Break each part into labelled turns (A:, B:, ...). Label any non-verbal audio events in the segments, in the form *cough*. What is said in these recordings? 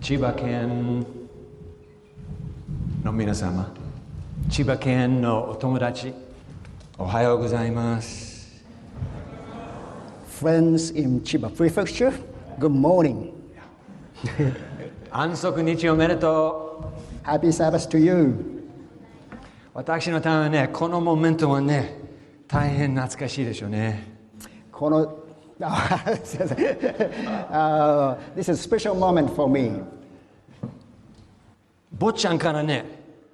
A: 千葉県の皆様千葉県のお友達おはようございます
B: Friends in Chiba Prefecture, good morning.
A: 安息日おめでと
B: Happy Sabbath to you.
A: う私のためはねこのモメントはね大変懐かしいでしょうね
B: この *laughs* Uh, this is a special moment for me.
A: 坊ちゃんからね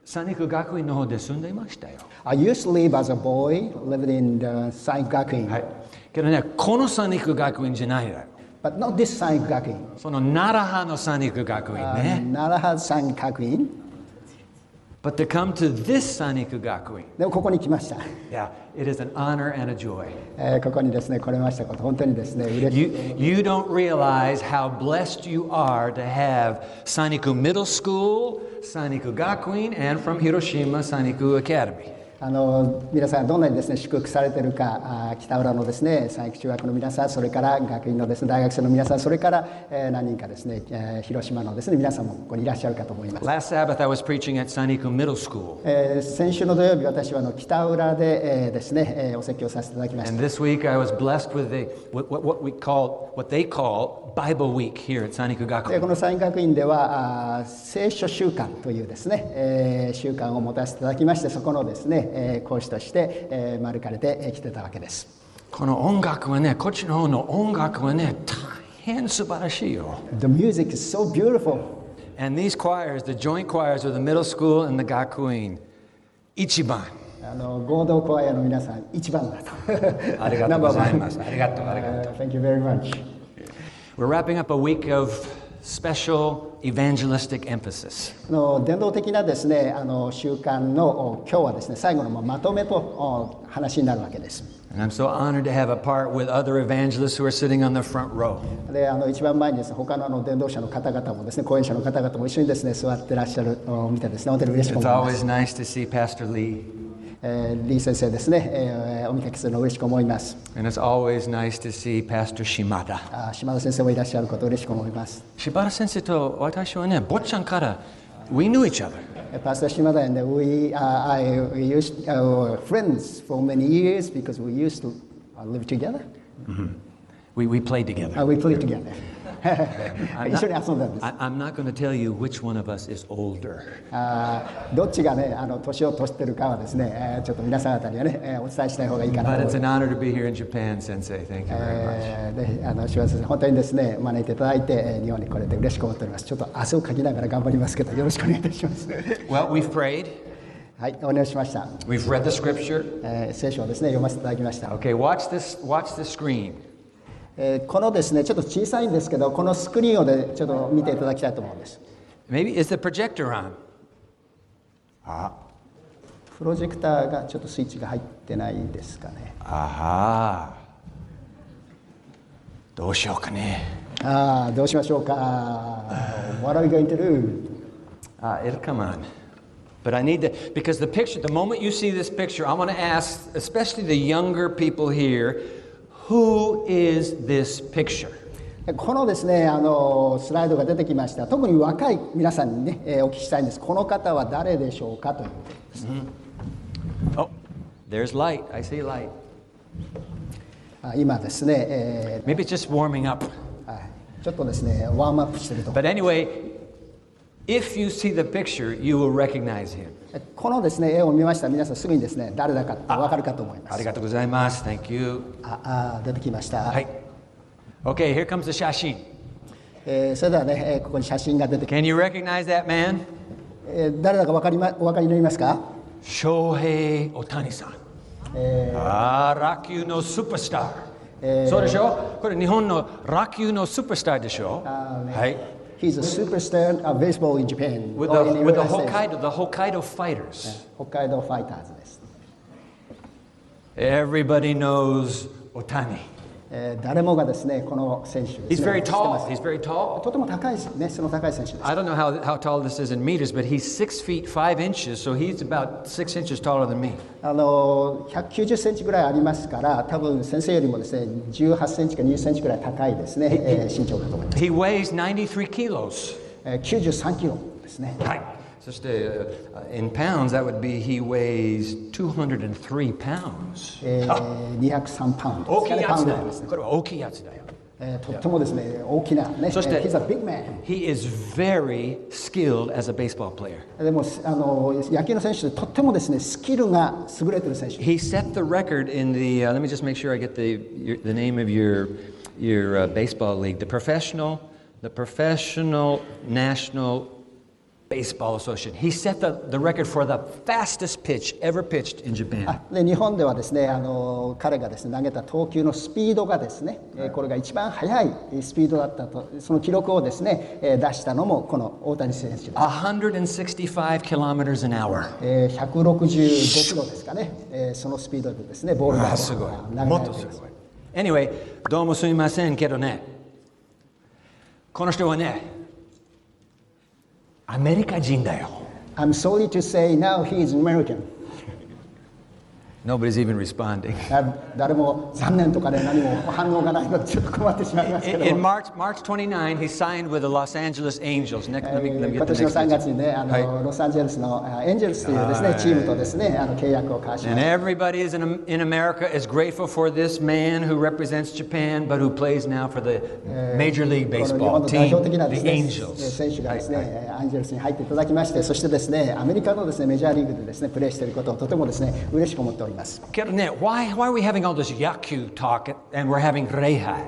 A: 三陸学院の方で住んでいましたよ
B: I used to live as a boy, lived in the Saigakuin,
A: はいけどねこの三陸学院じゃないだよ
B: but not this Saigakuin,
A: その奈良派の三陸学院
B: uh,
A: ね、
B: Naraha Sangakuin.
A: But to come to this Saniku Gakuen,
B: でもここに来ました。
A: yeah, it is an honor and a joy.
B: えーここにですね来れましたこと、本当にですね嬉しい。
A: You, you don't realize how blessed you are to have Saniku Middle School, Saniku Gakuen, and from Hiroshima, Saniku Academy.
B: あの皆さんどんなにですね祝福されてるかあー北浦のですね三育中学の皆さんそれから学院のですね大学生の皆さんそれから、えー何人かですね、えー広島のですね皆さんもここにいらっしゃるかと思います、
A: Last Sabbath, I was preaching at Saniku Middle School,
B: えー先週の土曜日私はあの北浦で、えーですね、えーお説教させていただきました
A: and this week I was blessed with the, what, what, what we call, what they call Bible Week here at Saniku
B: でこ
A: Gakuen.
B: の三学院ではあー聖書週間というですね、えー習慣を持たせていただきましてそこのですね、えー講師として、えー、招かれてえー来てたわけです
A: この音楽はね、こっちの方の音楽はね、大変素晴らしいよ。
B: The music is so beautiful
A: And these choirs, the joint choirs of the middle school and the Gakuin, Ichiban.
B: あの合同コアヤの皆さん一番だと。
A: ありがとうございます
B: ナン
A: あ
B: バーワン
A: りがとうありがと
B: Uh, Thank you very much.
A: We're wrapping up a week of special evangelistic emphasis.
B: あの伝道的なですねあの習慣のお今日はですね最後のままとめとお話になるわけです。
A: And I'm so honored to have a part with other evangelists who are sitting on the front row.
B: であの一番前にですね他のあの伝道者の方々もですね講演者の方々も一緒にですね座ってらっしゃるのを見てですね本当に嬉しく
A: It's
B: 思います。
A: always nice to see Pastor Lee,
B: えー、リー先生ですね、えーお見かけするのを嬉しく思います。
A: and it's always nice to see Pastor Shimada.
B: あ島田先生もいらっしゃることを嬉しく思います。
A: Shibata sensei to watashi wa ne, bochan kara, we knew each other.
B: Pastor Shimada and we, uh, I, we used, uh, were friends for many years because we used to uh, live together.
A: We, we played together.
B: Uh, we played together. *laughs*
A: I'm
B: 一緒に遊んだん
A: not,
B: です。
A: I, I'm not going to tell you which one of us is older.
B: あーどっちがね、あの年を取ってるかはですね、えーちょっと皆さん方にはね、えーお伝えしない方がいいかな
A: But
B: と
A: it's
B: 思います。
A: an honor to be here in Japan, Sensei. Thank you very much.
B: えーであの島田先生、本当にですね、招いていただいて、えー日本に来れて嬉しく思っております。ちょっと汗をかきながら頑張りますけど、よろしくお願いいたします。
A: Well, we've prayed,
B: はい、お願いしました。
A: we've read the scripture.
B: えー聖書をですね、読ませていただきました。
A: Okay, watch this, watch the screen.
B: えーこのですねちょっと小さいんですけどこのスクリーンをでちょっと見ていただきたいと思うんです
A: Maybe is the projector on?
B: プロジェクターがちょっとスイッチが入ってないですかね
A: Aha. どうしようかね。
B: ああどうしましょうか What are we going to do?
A: Uh, it'll come on. But I need to, because the picture, the moment you see this picture, I want to ask, especially the younger people here, who is this picture?
B: このですねあのスライドが出てきました特に若い皆さんにね、えーお聞きしたいんですこの方は誰でしょうかという
A: Oh, there's light. I see light.
B: あ今ですね、え
A: Maybe it's just warming up.
B: ーはいちょっとですねワームアップしてると
A: But anyway, if you see the picture, you will recognize him.
B: このですね絵を見ました皆さんすぐにですね誰だかって分かるかと思います
A: ありがとうございます. Thank you.
B: ああ出てきました、
A: Hi. Okay, here comes the Shashin.
B: えーそれではね、えーここに写真が出てき
A: Can you recognize that man?
B: えー誰だかわかり、ま、お分かりになりますか
A: Shohei Otani-san. Ah, あーラ球のスーパースター、そうでしょこれ日本のラ球のスーパースターでしょ、はい。
B: He's a superstar of baseball in Japan.
A: With
B: or in
A: the, with the
B: United States.
A: Hokkaido, the Hokkaido fighters.
B: 北海道ファイターズです、
A: Everybody knows Otani.
B: えー誰もがですね、この選手です
A: He's
B: ね、
A: very
B: 知っ
A: tall.
B: てま
A: He's very tall.
B: すとても高いですね、その高い選手です。
A: I don't know how, how tall this is in meters, but he's six feet five inches, so he's about six inches taller than me.
B: あのー190センチぐらいありますから、多分先生よりもですね、18センチか20センチぐらい高いですね、えー身長かと思います。
A: He weighs 93 kilos.
B: えー93キロですね。
A: はい。そして、uh, uh, in pounds, that would be he weighs 203 pounds.
B: えー203パウンド
A: 大きい
B: ですかね、パ
A: や
B: ウ
A: つ
B: ンド
A: だよ
B: ですね。。
A: これは大きいやつだよ。
B: えーとってもですね、大きなね、
A: そして
B: He's a big man。
A: He is very skilled as a baseball player.
B: でもあの野球の選手でとってもですねスキルが優れてる選手
A: He set the record in the, uh, let me just make sure I get the, your, the name of your, your uh, baseball league, the Professional, the Professional National Baseball Association. He set the, the record for the fastest pitch ever pitched in Japan.
B: で日本ではですねあの彼がですね投げた投球のスピードがですね、えーこれが一番速いスピードだったとその記録をですね、えー出したのもこの大谷選手です、
A: 165 kilometers an hour.
B: えー165キロですかね、えーそのスピードでですねボールが
A: あすごい
B: あ投げ
A: も
B: ら
A: っ
B: れ
A: と
B: てい
A: すご
B: ま
A: い Anyway どうもすみませんけどねこの人はねアメリカ人だよ
B: I'm sorry to say now he is American
A: Nobody's even responding
B: あ誰も残念とかね何も反応がないのでちょっと困ってしまいますけ
A: In,
B: ど
A: in
B: も。
A: March, March 29 he signed with the Los Angeles Angels Next,
B: え
A: let me, let
B: ー
A: me
B: 今
A: get the
B: 年の
A: next picture.
B: 3月にね、あの
A: は
B: ロサンゼルスのあエンジェルスというです、ね、チームとです、ね、あの契約を交わしました
A: And。everybody is in, in America is grateful for this man who represents Japan but who plays now for the Major League Baseball
B: この日本の
A: team
B: 代表的なです
A: the
B: ね、
A: Angels
B: 選手がですね、アンジェルスに入っていただきまして、そしてですね、アメリカのですねメジャーリーグでですねプレーしていることをとてもですね嬉しく思っております。
A: けどね why, why are we having all this yaku talk and we're having reihai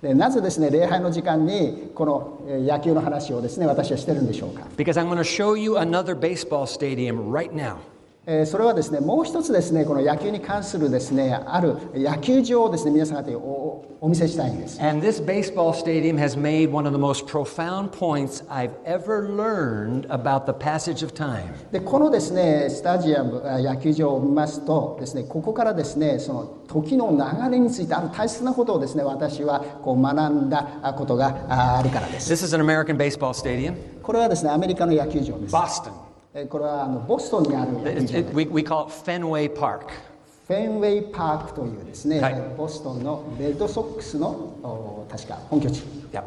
B: でなぜですね礼拝の時間にこのえー野球の話をですね私はしてるんでしょうか。
A: Because I'm going to show you another baseball stadium right now.
B: えーそれはですねもう一つですねこの野球に関するですねある野球場をですね皆さん方におおお見せしたいんです。
A: And this baseball stadium has made one of the most profound points I've ever learned about the passage of time.
B: でこのですねスタジアムあ野球場を見ますとですねここからですねその時の流れについてある大切なことをですね私はこう学んだあことがああるからです
A: This is an American baseball stadium,
B: これはですねアメリカの野球場です
A: Boston.
B: えこれはあのボストンにある野球
A: It-
B: 場
A: it- we, we call it Fenway Park.
B: フェンウェイパークというですね、
A: はい
B: ボストンのレッドソックスのお確か本拠地
A: Yeah.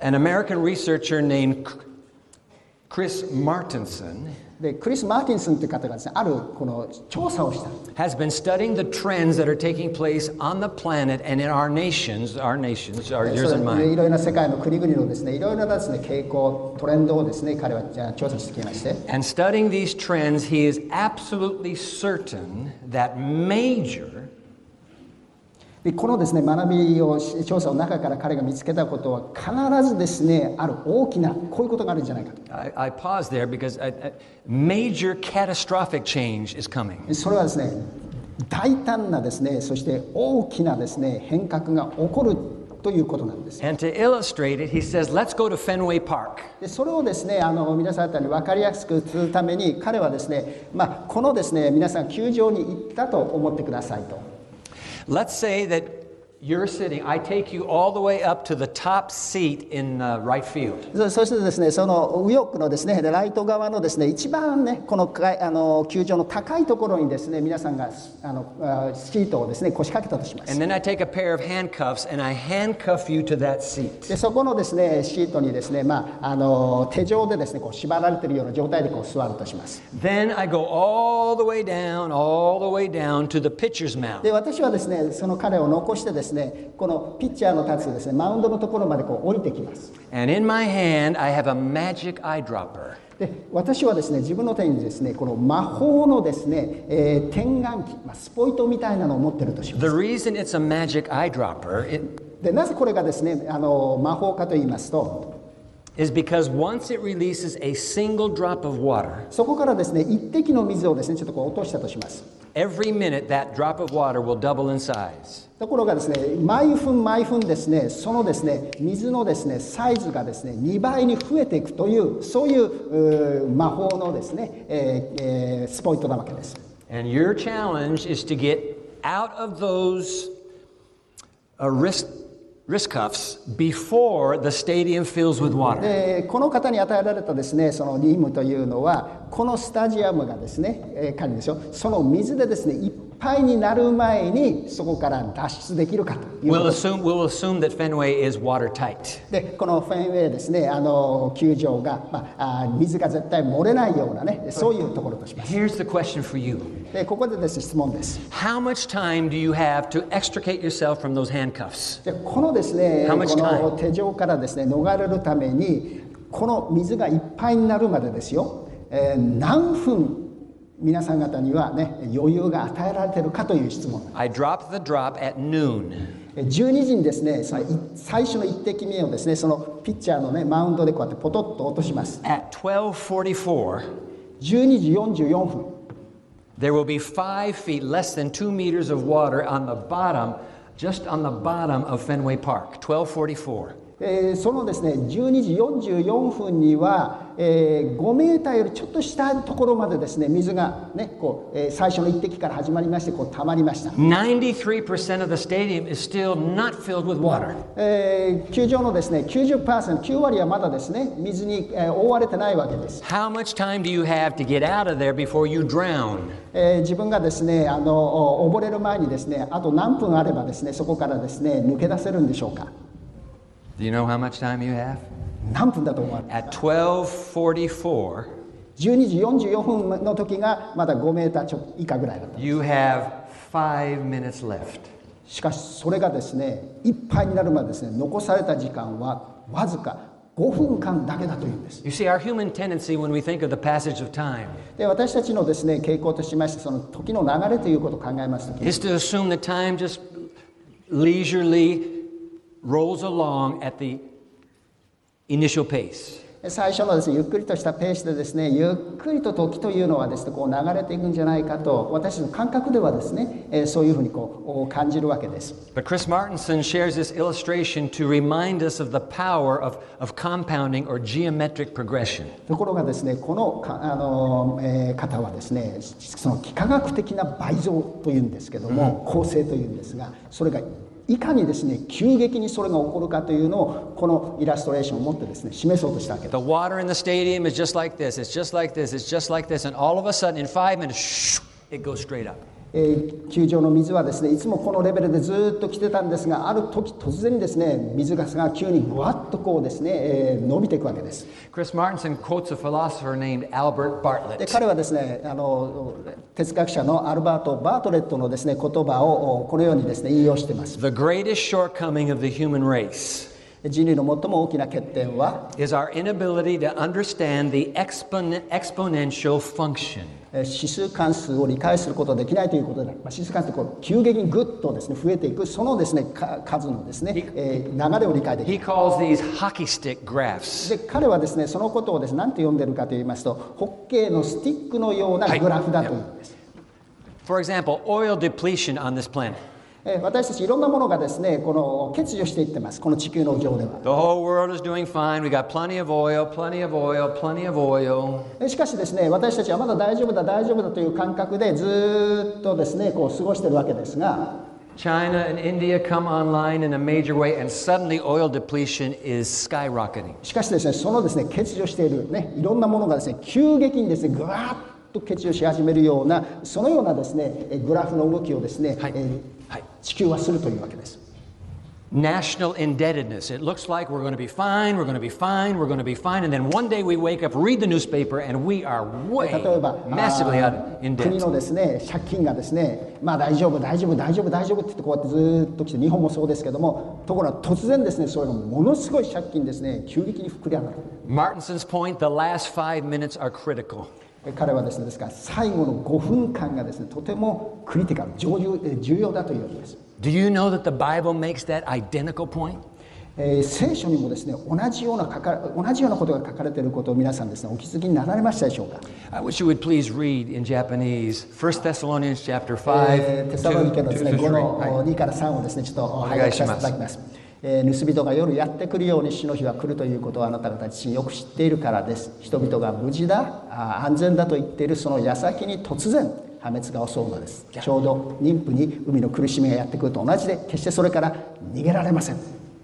A: An American researcher named C- Chris Martinson
B: でクリス・マーティンソンという方がですねあるこの調査をした
A: has been studying the trends that are taking place on the planet and in our nations, our nations, our
B: え
A: yours
B: そ
A: and
B: れで
A: mine.
B: いろいろな世界の国々のですねいろいろなですね傾向トレンドをですね彼はじゃあ調査してきまして
A: And studying these trends, he is absolutely certain that major
B: でこのですね学びをし調査の中から彼が見つけたことは必ずですねある大きなこういうことがあるんじゃないかと
A: I, I pause there because I, I, major catastrophic change is coming.
B: それはですね大胆なですねそして大きなですね変革が起こるということなんです
A: And to illustrate it, he says, let's go to Fenway Park.
B: でそれをですねあの皆さん方に分かりやすくするために彼はですね、まあ、このですね皆さん球場に行ったと思ってくださいと
A: Let's say that you're sitting, I take you all the way up to the top seat in uh, right field.
B: そそしてですねその右翼のですねでライト側のですね一番ねこのかいあの球場の高いところにですね皆さんがすあのあシートをですね腰掛けたとします
A: And then I take a pair of handcuffs and I handcuff you to that seat.
B: でそこのですねシートにですねまああの手錠でですねこう縛られているような状態でこう座るとします
A: Then I go all the way down, all the way down to the pitcher's mound.
B: で私はですねその彼を残してですねこのピッチャーの立つですねマウンドのところまでこう降りてきます
A: And in my hand, I have a magic eyedropper.
B: で私はですね自分の手にですねこの魔法のですね、えー点眼器、まあ、スポイトみたいなのを持ってるとします
A: The reason it's a magic eyedropper it,
B: でなぜこれがですねあの魔法かと言いますと
A: is because once it releases a single drop of water,
B: そこからですね一滴の水をですねちょっとこう落としたとします
A: every minute that drop of water will double in size.
B: ところがですね毎分毎分ですねそのですね水のですねサイズがですね2倍に増えていくというそういううー魔法のですね、えーえースポイトなわけです
A: And your challenge is to get out of those uh, wrist, wrist cuffs before the stadium fills with water.
B: でこの方に与えられたですねその任務というのはこのスタジアムがですね、えー、仮にですよその水でですねいっパイになる前にそこから脱出できるかということ
A: We'll assume, we'll assume that Fenway is watertight.
B: でこのフェンウェイですねあの球場が、まあ、あー水が絶対漏れないようなねそういうところとします
A: Here's the question for you
B: でここでですね質問です
A: How much time do you have to extricate yourself from those handcuffs?
B: でこのですね
A: How
B: こ
A: much
B: の手錠からですね逃れるためにこの水がいっぱいになるまでですよ、えー何分皆さん方にはね余裕が与えられてるかという質問
A: I dropped the drop at noon.
B: え12時にですねそのい最初の一滴目をですねそのピッチャーのねマウンドでこうやってポトッと落とします
A: At 12:44,
B: 12時44分
A: there will be 5 feet less than 2 meters of water on the bottom, just on the bottom of Fenway Park. 12:44.
B: えーそのですね12時44分には、えー5メーターよりちょっと下のところまでですね水が、ねこうえー最初の一滴から始まりましてこう溜まりました、
A: 93% of the stadium is still not filled with water.
B: えー球場のですね 90%9 割はまだですね水に、えー覆われてないわけです、
A: How much time do you have to get out of there before you drown?
B: えー自分がですねあのお溺れる前にですねあと何分あればですねそこからですね抜け出せるんでしょうか
A: Do you know how much time you have?
B: 何分だと思われます
A: At 12:44,
B: 12時44分の時がまだ5メーターちょっと以下ぐらいだった
A: you have 5 minutes left.
B: しかしそれがですねいっぱいになるまでですね残された時間はわずか5分間だけだというんです
A: You see, our human tendency when we think of the passage of time
B: で私たちのですね傾向としましてその時の流れということを考えますとき
A: is to assume that time just leisurely rolls along at the initial pace.
B: 最初のですねゆっくりとしたペースでですねゆっくりと時というのはですねこう流れていくんじゃないかと私の感覚ではですねえーそういうふうにこう感じるわけです
A: But Chris Martinson shares this illustration to remind us of the power of, of compounding or geometric progression.
B: ところがですねこのかあの、えー方はですねその幾何学的な倍増というんですけども、構成というんですがそれがいかにですね急激にそれが起こるかというのをこのイラストレーションを持ってですね示そうとしたわけで
A: The water in the stadium is just like this, it's just like this, it's just like this, and all of a sudden, in five minutes, shoo, it goes straight up.
B: えー球場の水はですねいつもこのレベルでずっと来てたんですがある時突然ですね水がが急にぐわっとこうですね、えー伸びていくわけです
A: Chris Martinson quotes a philosopher named Albert
B: で
A: Bartlett.
B: 彼はですねあの哲学者のアルバート・バートレットのですね言葉をこのようにですね引用しています
A: The greatest shortcoming of the human race
B: 人類の最も大きな欠点は
A: is our inability to understand the expon- exponential function.
B: えー指数関数を理解することができないということである、まあ、指数関数ってこう急激にぐっとです、ね、増えていくそのです、ね、か数のです、ねえー流れを理解できる
A: He calls these hockey stick graphs.
B: で彼はです、ね、そのことをです、ね、何と呼んでるかと言いますとホッケーのスティックのようなグラフだというんです、
A: For example, oil depletion on this planet.
B: えー私たちいろんなものがです、ね、この欠如していってますこの地球の上では
A: The whole world is doing fine. We got plenty of oil, plenty of oil, plenty of oil.
B: えーしかしですね私たちはまだ大丈夫だ大丈夫だという感覚でずーっとです、ね、こう過ごしてるわけですが
A: China and India come online in a major way, and suddenly oil depletion is skyrocketing.
B: しかしですね、そのですね、欠如しているね、いろんなものがですね、急激にですね、ぐわっと欠如し始めるような、そのようなですね、えグラフの動きをですね、
A: はい
B: えー
A: はい
B: 地球はするというわけです。
A: National indebtedness. It looks like we're going to be fine, we're going to be fine, we're going to be fine, and then one day we wake up, read the newspaper, and we are
B: 例
A: way
B: えば、
A: massively
B: あ
A: out
B: ー
A: in debt.
B: 国のですね、借金がですね、まあ大丈夫、大丈夫、大丈夫、大丈夫って言ってこうやってずーっと来て、日本もそうですけども、ところが突然ですね、それがものすごい借金ですね、急激に膨れ上がる。
A: Martinson's point the last five minutes are critical.
B: え彼はですね、ですから最後の5分間がですね、とてもクリティカル、重要えー重要だというわけです。
A: Do you know that the Bible makes that identical point?
B: えー聖書にもですね同じような書か同じようなことが書かれていることを皆さんですねお気づきになられましたでしょうか、
A: I wish you would please read in Japanese 1 Thessalonians chapter 5.
B: えーテ
A: 2,
B: サロニケのですね
A: 2
B: 5
A: through 3.
B: の2から3をですねちょっと拝
A: 願い
B: 読
A: し
B: さ
A: ます
B: せていただきます、えー盗人が夜やってくるように死の日は来るということをあなた方自身よく知っているからです人々が無事だあー安全だと言っているその矢先に突然破滅が襲うのですちょうど妊婦に海の苦しみがやってくると同じで決してそれから逃げられません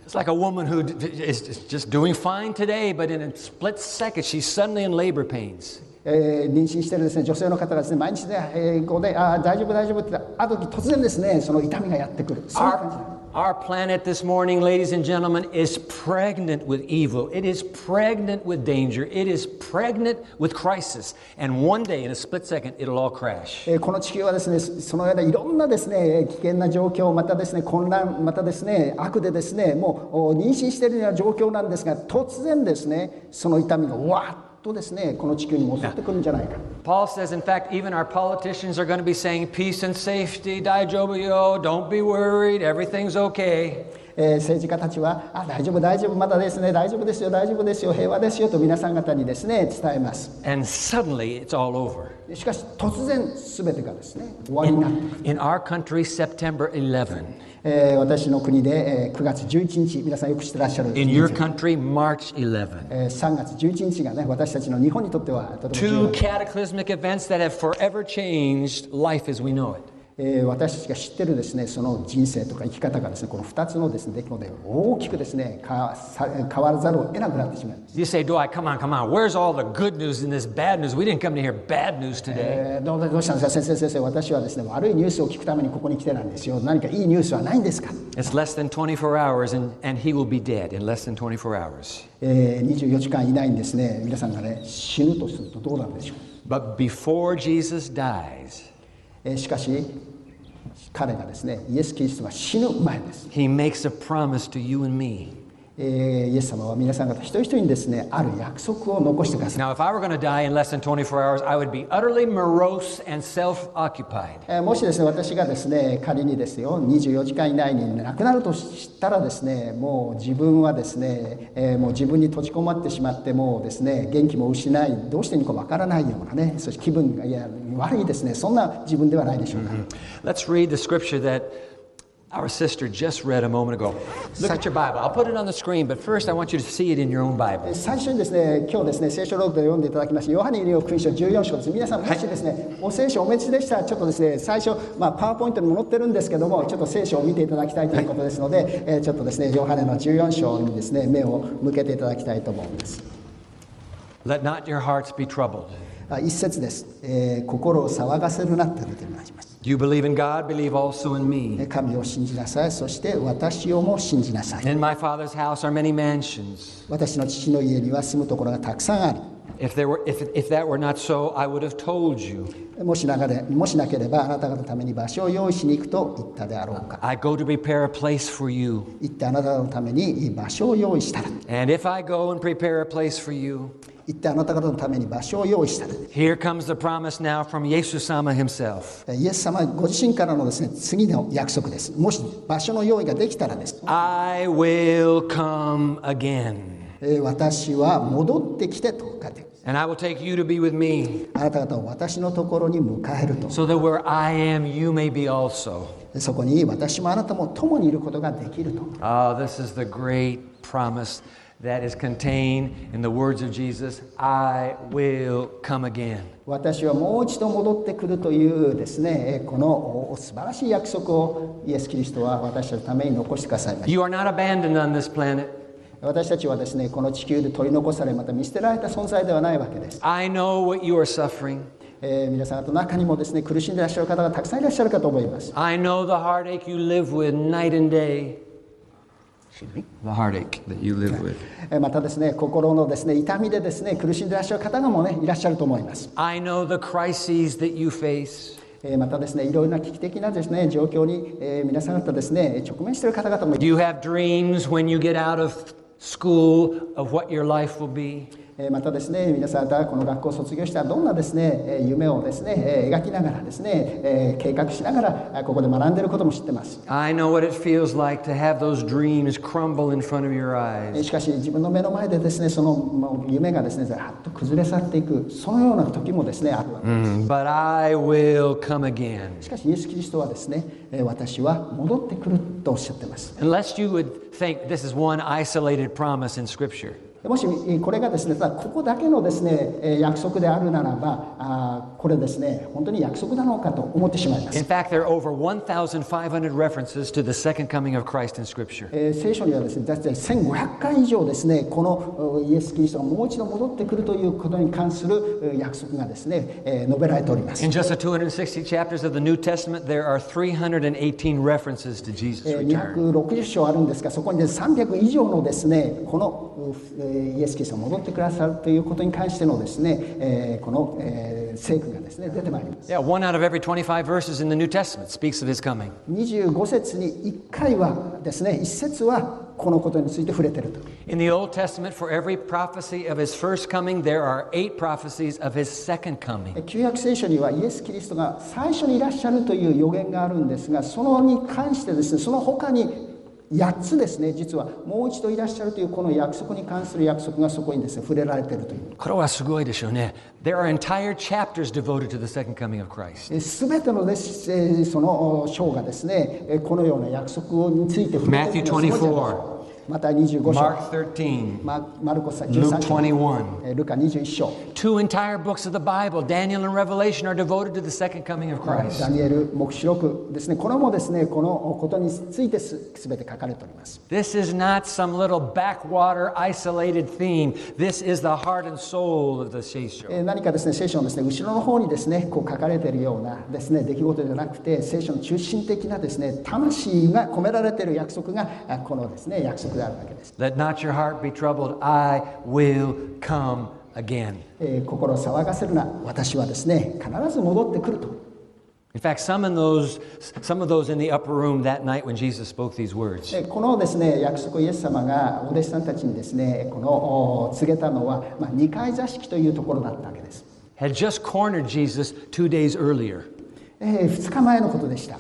A: It's like a woman who d- d- is just doing fine today, but in a split second, she's suddenly in labor pains.
B: えー妊娠してるです、ね、女性の方がです、ね、毎日ね、えーこうねあー大丈夫、大丈夫って言ったら、ある時突然ですね、その痛みがやってくる、そんな感じなんです
A: Our, our planet this morning, ladies and gentlemen, is pregnant with evil. It is pregnant with danger. It is pregnant with crisis. And one day, in a split second, it'll all crash.
B: えーこの地球はですねそその間いろんなですねえー危険な状況またですね混乱またですね悪でですねもうお妊娠しているような状況なんですが突然ですねその痛みがわーっとですねこの地球に襲ってくるんじゃないか
A: Paul says, in fact, even our politicians are going to be saying, peace and safety, daijobyo, don't be worried, everything's okay.
B: えー政治家たちはあ大丈夫大丈夫まだですね大丈夫ですよ大丈夫ですよ平和ですよと皆さん方にですね伝えます
A: And suddenly, it's all over.
B: しかし突然全てがですね終わりになって、
A: In our country, September 11.
B: えー私の国で、えー9月11日皆さんよく知ってらっしゃる
A: In your country, March 11.
B: えー3月11日がね私たちの日本にとってはとても重要
A: Two
B: な
A: cataclysmic events that have forever changed life as we know it.
B: えー私たちが知ってるですねその人生とか生き方がですねこの2つのですね出来事で大きくですね変わさ変わらざるを得なくなってしまいます。
A: You say, Do I? Come on, come on. Where's all the good news in this bad news? We didn't come to hear bad news today.
B: えーどうどうしたんですか先生先生私はですね悪いニュースを聞くためにここに来てなんですよ何かいいニュースはないんですか、
A: It's less than 24 hours, and, and he will be dead in less than 24 hours.
B: えー24時間以内にですね皆さんがね死ぬとするとどうなんでしょう、
A: But before Jesus dies,
B: えーしかし彼がですねイエス・キリストは死ぬ前です、
A: he makes a promise to you and me.
B: えーイエス様は皆さん方一人一人にですねある約束を残してください
A: Now, if I were going to die in less than 24 hours, I would be utterly morose and self occupied.
B: えーもしですね私がですね仮にですよ24時間以内に亡くなるとしたらですねもう自分はですね、えーもう自分に閉じこもってしまってもうですね元気も失いどうしていいのかわからないようなねそして気分がいや悪いですねそんな自分ではないでしょうか、
A: Let's read the scripture that our sister just read a moment ago. Look at your Bible. I'll put it on the screen, but first I want you to see it in your own Bible.
B: 最初にですね今日ですね聖書ロードで読んでいただきましたヨハネによる福音書14章です皆さんもしですね、お聖書お持ちでしたらちょっとですね最初まあパワーポイントにも載ってるんですけどもちょっと聖書を見ていただきたいということですので、えーちょっとですねヨハネの14章にですね目を向けていただきたいと思うんです
A: Let not your hearts be troubled.
B: あ一節です、えー心を騒がせるな」って出てまいります
A: You believe in God, believe also in
B: え
A: me.
B: 神を信じなさいそして私をも信じなさい
A: In my Father's house are many mansions.
B: 私の父の家には住むところがたくさんあり
A: If, there were, if, if that were not so, I would have told you.
B: もしながれもしなければあなた方のために場所を用意しに行くと言ったであろうか
A: I go to prepare a place for you.
B: 行ってあなたのために場所を用意したら
A: And if I go and prepare a place for you,
B: 行ってあなた方のために場所を用意したら
A: here comes the promise now from Jesus Sama himself.
B: イエス様ご自身からのですね次の約束ですもし場所の用意ができたらです、
A: I will come again.
B: えー私は戻ってきてと書いてある
A: And I will take you to be with me,
B: あなた方を私のところに迎えると
A: so that where I am, you may be also.
B: そこに私もあなたも共にいることができると
A: Ah, this is the great promise that is contained in the words of Jesus I will come again.
B: 私はもう一度戻ってくるというですねえーこのお素晴らしい約束をイエス・キリストは私たちのために残してくださいました
A: You are not abandoned on this planet.
B: 私たちはですねこの地球で取り残されまた見捨てられた存在ではないわけです
A: I know what you are suffering.
B: えー皆さんの中にもですね苦しんでいらっしゃる方がたくさんいらっしゃるかと思います、
A: I know the heartache you live with night and day. The heartache that you live with.
B: えーまたですね心のですね痛みでですね苦しんでいらっしゃる方がもねいらっしゃると思います、
A: I know the crises that you face.
B: えーまたですねいろいろな危機的なですね状況に、えー皆さん方ですね直面している方々も、
A: You have dreams when you get out of school of what your life will be.
B: えーまたですね皆さん方がこの学校を卒業したらどんなですねえー夢をですねえー描きながらですね、えー計画しながらあここで学んでいることも知ってます、
A: I know what it feels like to have those dreams crumble in front of your
B: えー
A: eyes.
B: しかし自分の目の前でですねそのもう夢がですねざっと崩れ去っていくそのような時もですねあるわけです
A: Mm, But I will come again.
B: しかしイエス・キリストはですね、えー私は戻ってくるとおっしゃってます。
A: Unless you would think this is one isolated promise in Scripture.
B: もしえーこれがですねただここだけのですねえー約束であるならばあーこれですね本当に約束なのかと思ってしまいます
A: In fact, there are over 1,500 references to the second coming of Christ in Scripture.
B: えー聖書にはですね、大体1500回以上ですね、このえーイエス・キリストがもう一度戻ってくるということに関するえー約束がですね、えー述べられております
A: In。just the 260 chapters of the New Testament, there are 318 references to Jesus'
B: えー
A: return.
B: 260章あるんですが、そこに、ね、300以上のですね、このうえーイエス・キリストが戻ってくださるということに関してのですね、えーこの、えー聖句がですね、出てまいります。
A: Yeah, one out of every 25 verses in the New Testament speaks of his coming.
B: 25節に1回はですね、1節はこのことについて触れていると。
A: In the Old Testament, for every prophecy of his first coming, there are eight prophecies of his second coming.
B: 旧約聖書にはイエス・キリストが最初にいらっしゃるという予言があるんですがそのに関してですねその他に8つですね実はもう一度いらっしゃるというこの約束に関する約束がそこにですね触れられているという。
A: There are entire chapters devoted to the second coming of Christ.
B: すべてのです、えーそのお章がですね、えーこのような約束について触れて
A: Matthew 24
B: いるすごいじゃないですかまた25章、
A: Mark 13,
B: ママルコさん
A: Luke
B: 13章、
A: 21.
B: えールカ21章、
A: Two entire books of the Bible, Daniel and Revelation, are devoted to the second coming of
B: ダ
A: Christ.
B: ニエル黙示録ですね、これもですね、このことについてすべて書かれております。
A: This is not some little backwater isolated theme. This is the heart and soul of the Seisho.
B: えー何かですね聖書のですね後ろの方にですねこう書かれているようなですね出来事じゃなくて聖書の中心的なですね魂が込められている約束があこのですね約束であるわけです、
A: Let not your heart be troubled. I will come again.
B: えー心を騒がせるな私はですね必ず戻ってくると
A: In fact, some, in those, some of those in the upper room that night when Jesus spoke these words.
B: えーこのですね約束をイエス様がお弟子さんたちにですねこのお告げたのは、まあ、2階座敷というところだったわけです、
A: had just cornered Jesus two days earlier.
B: え2日前のことでした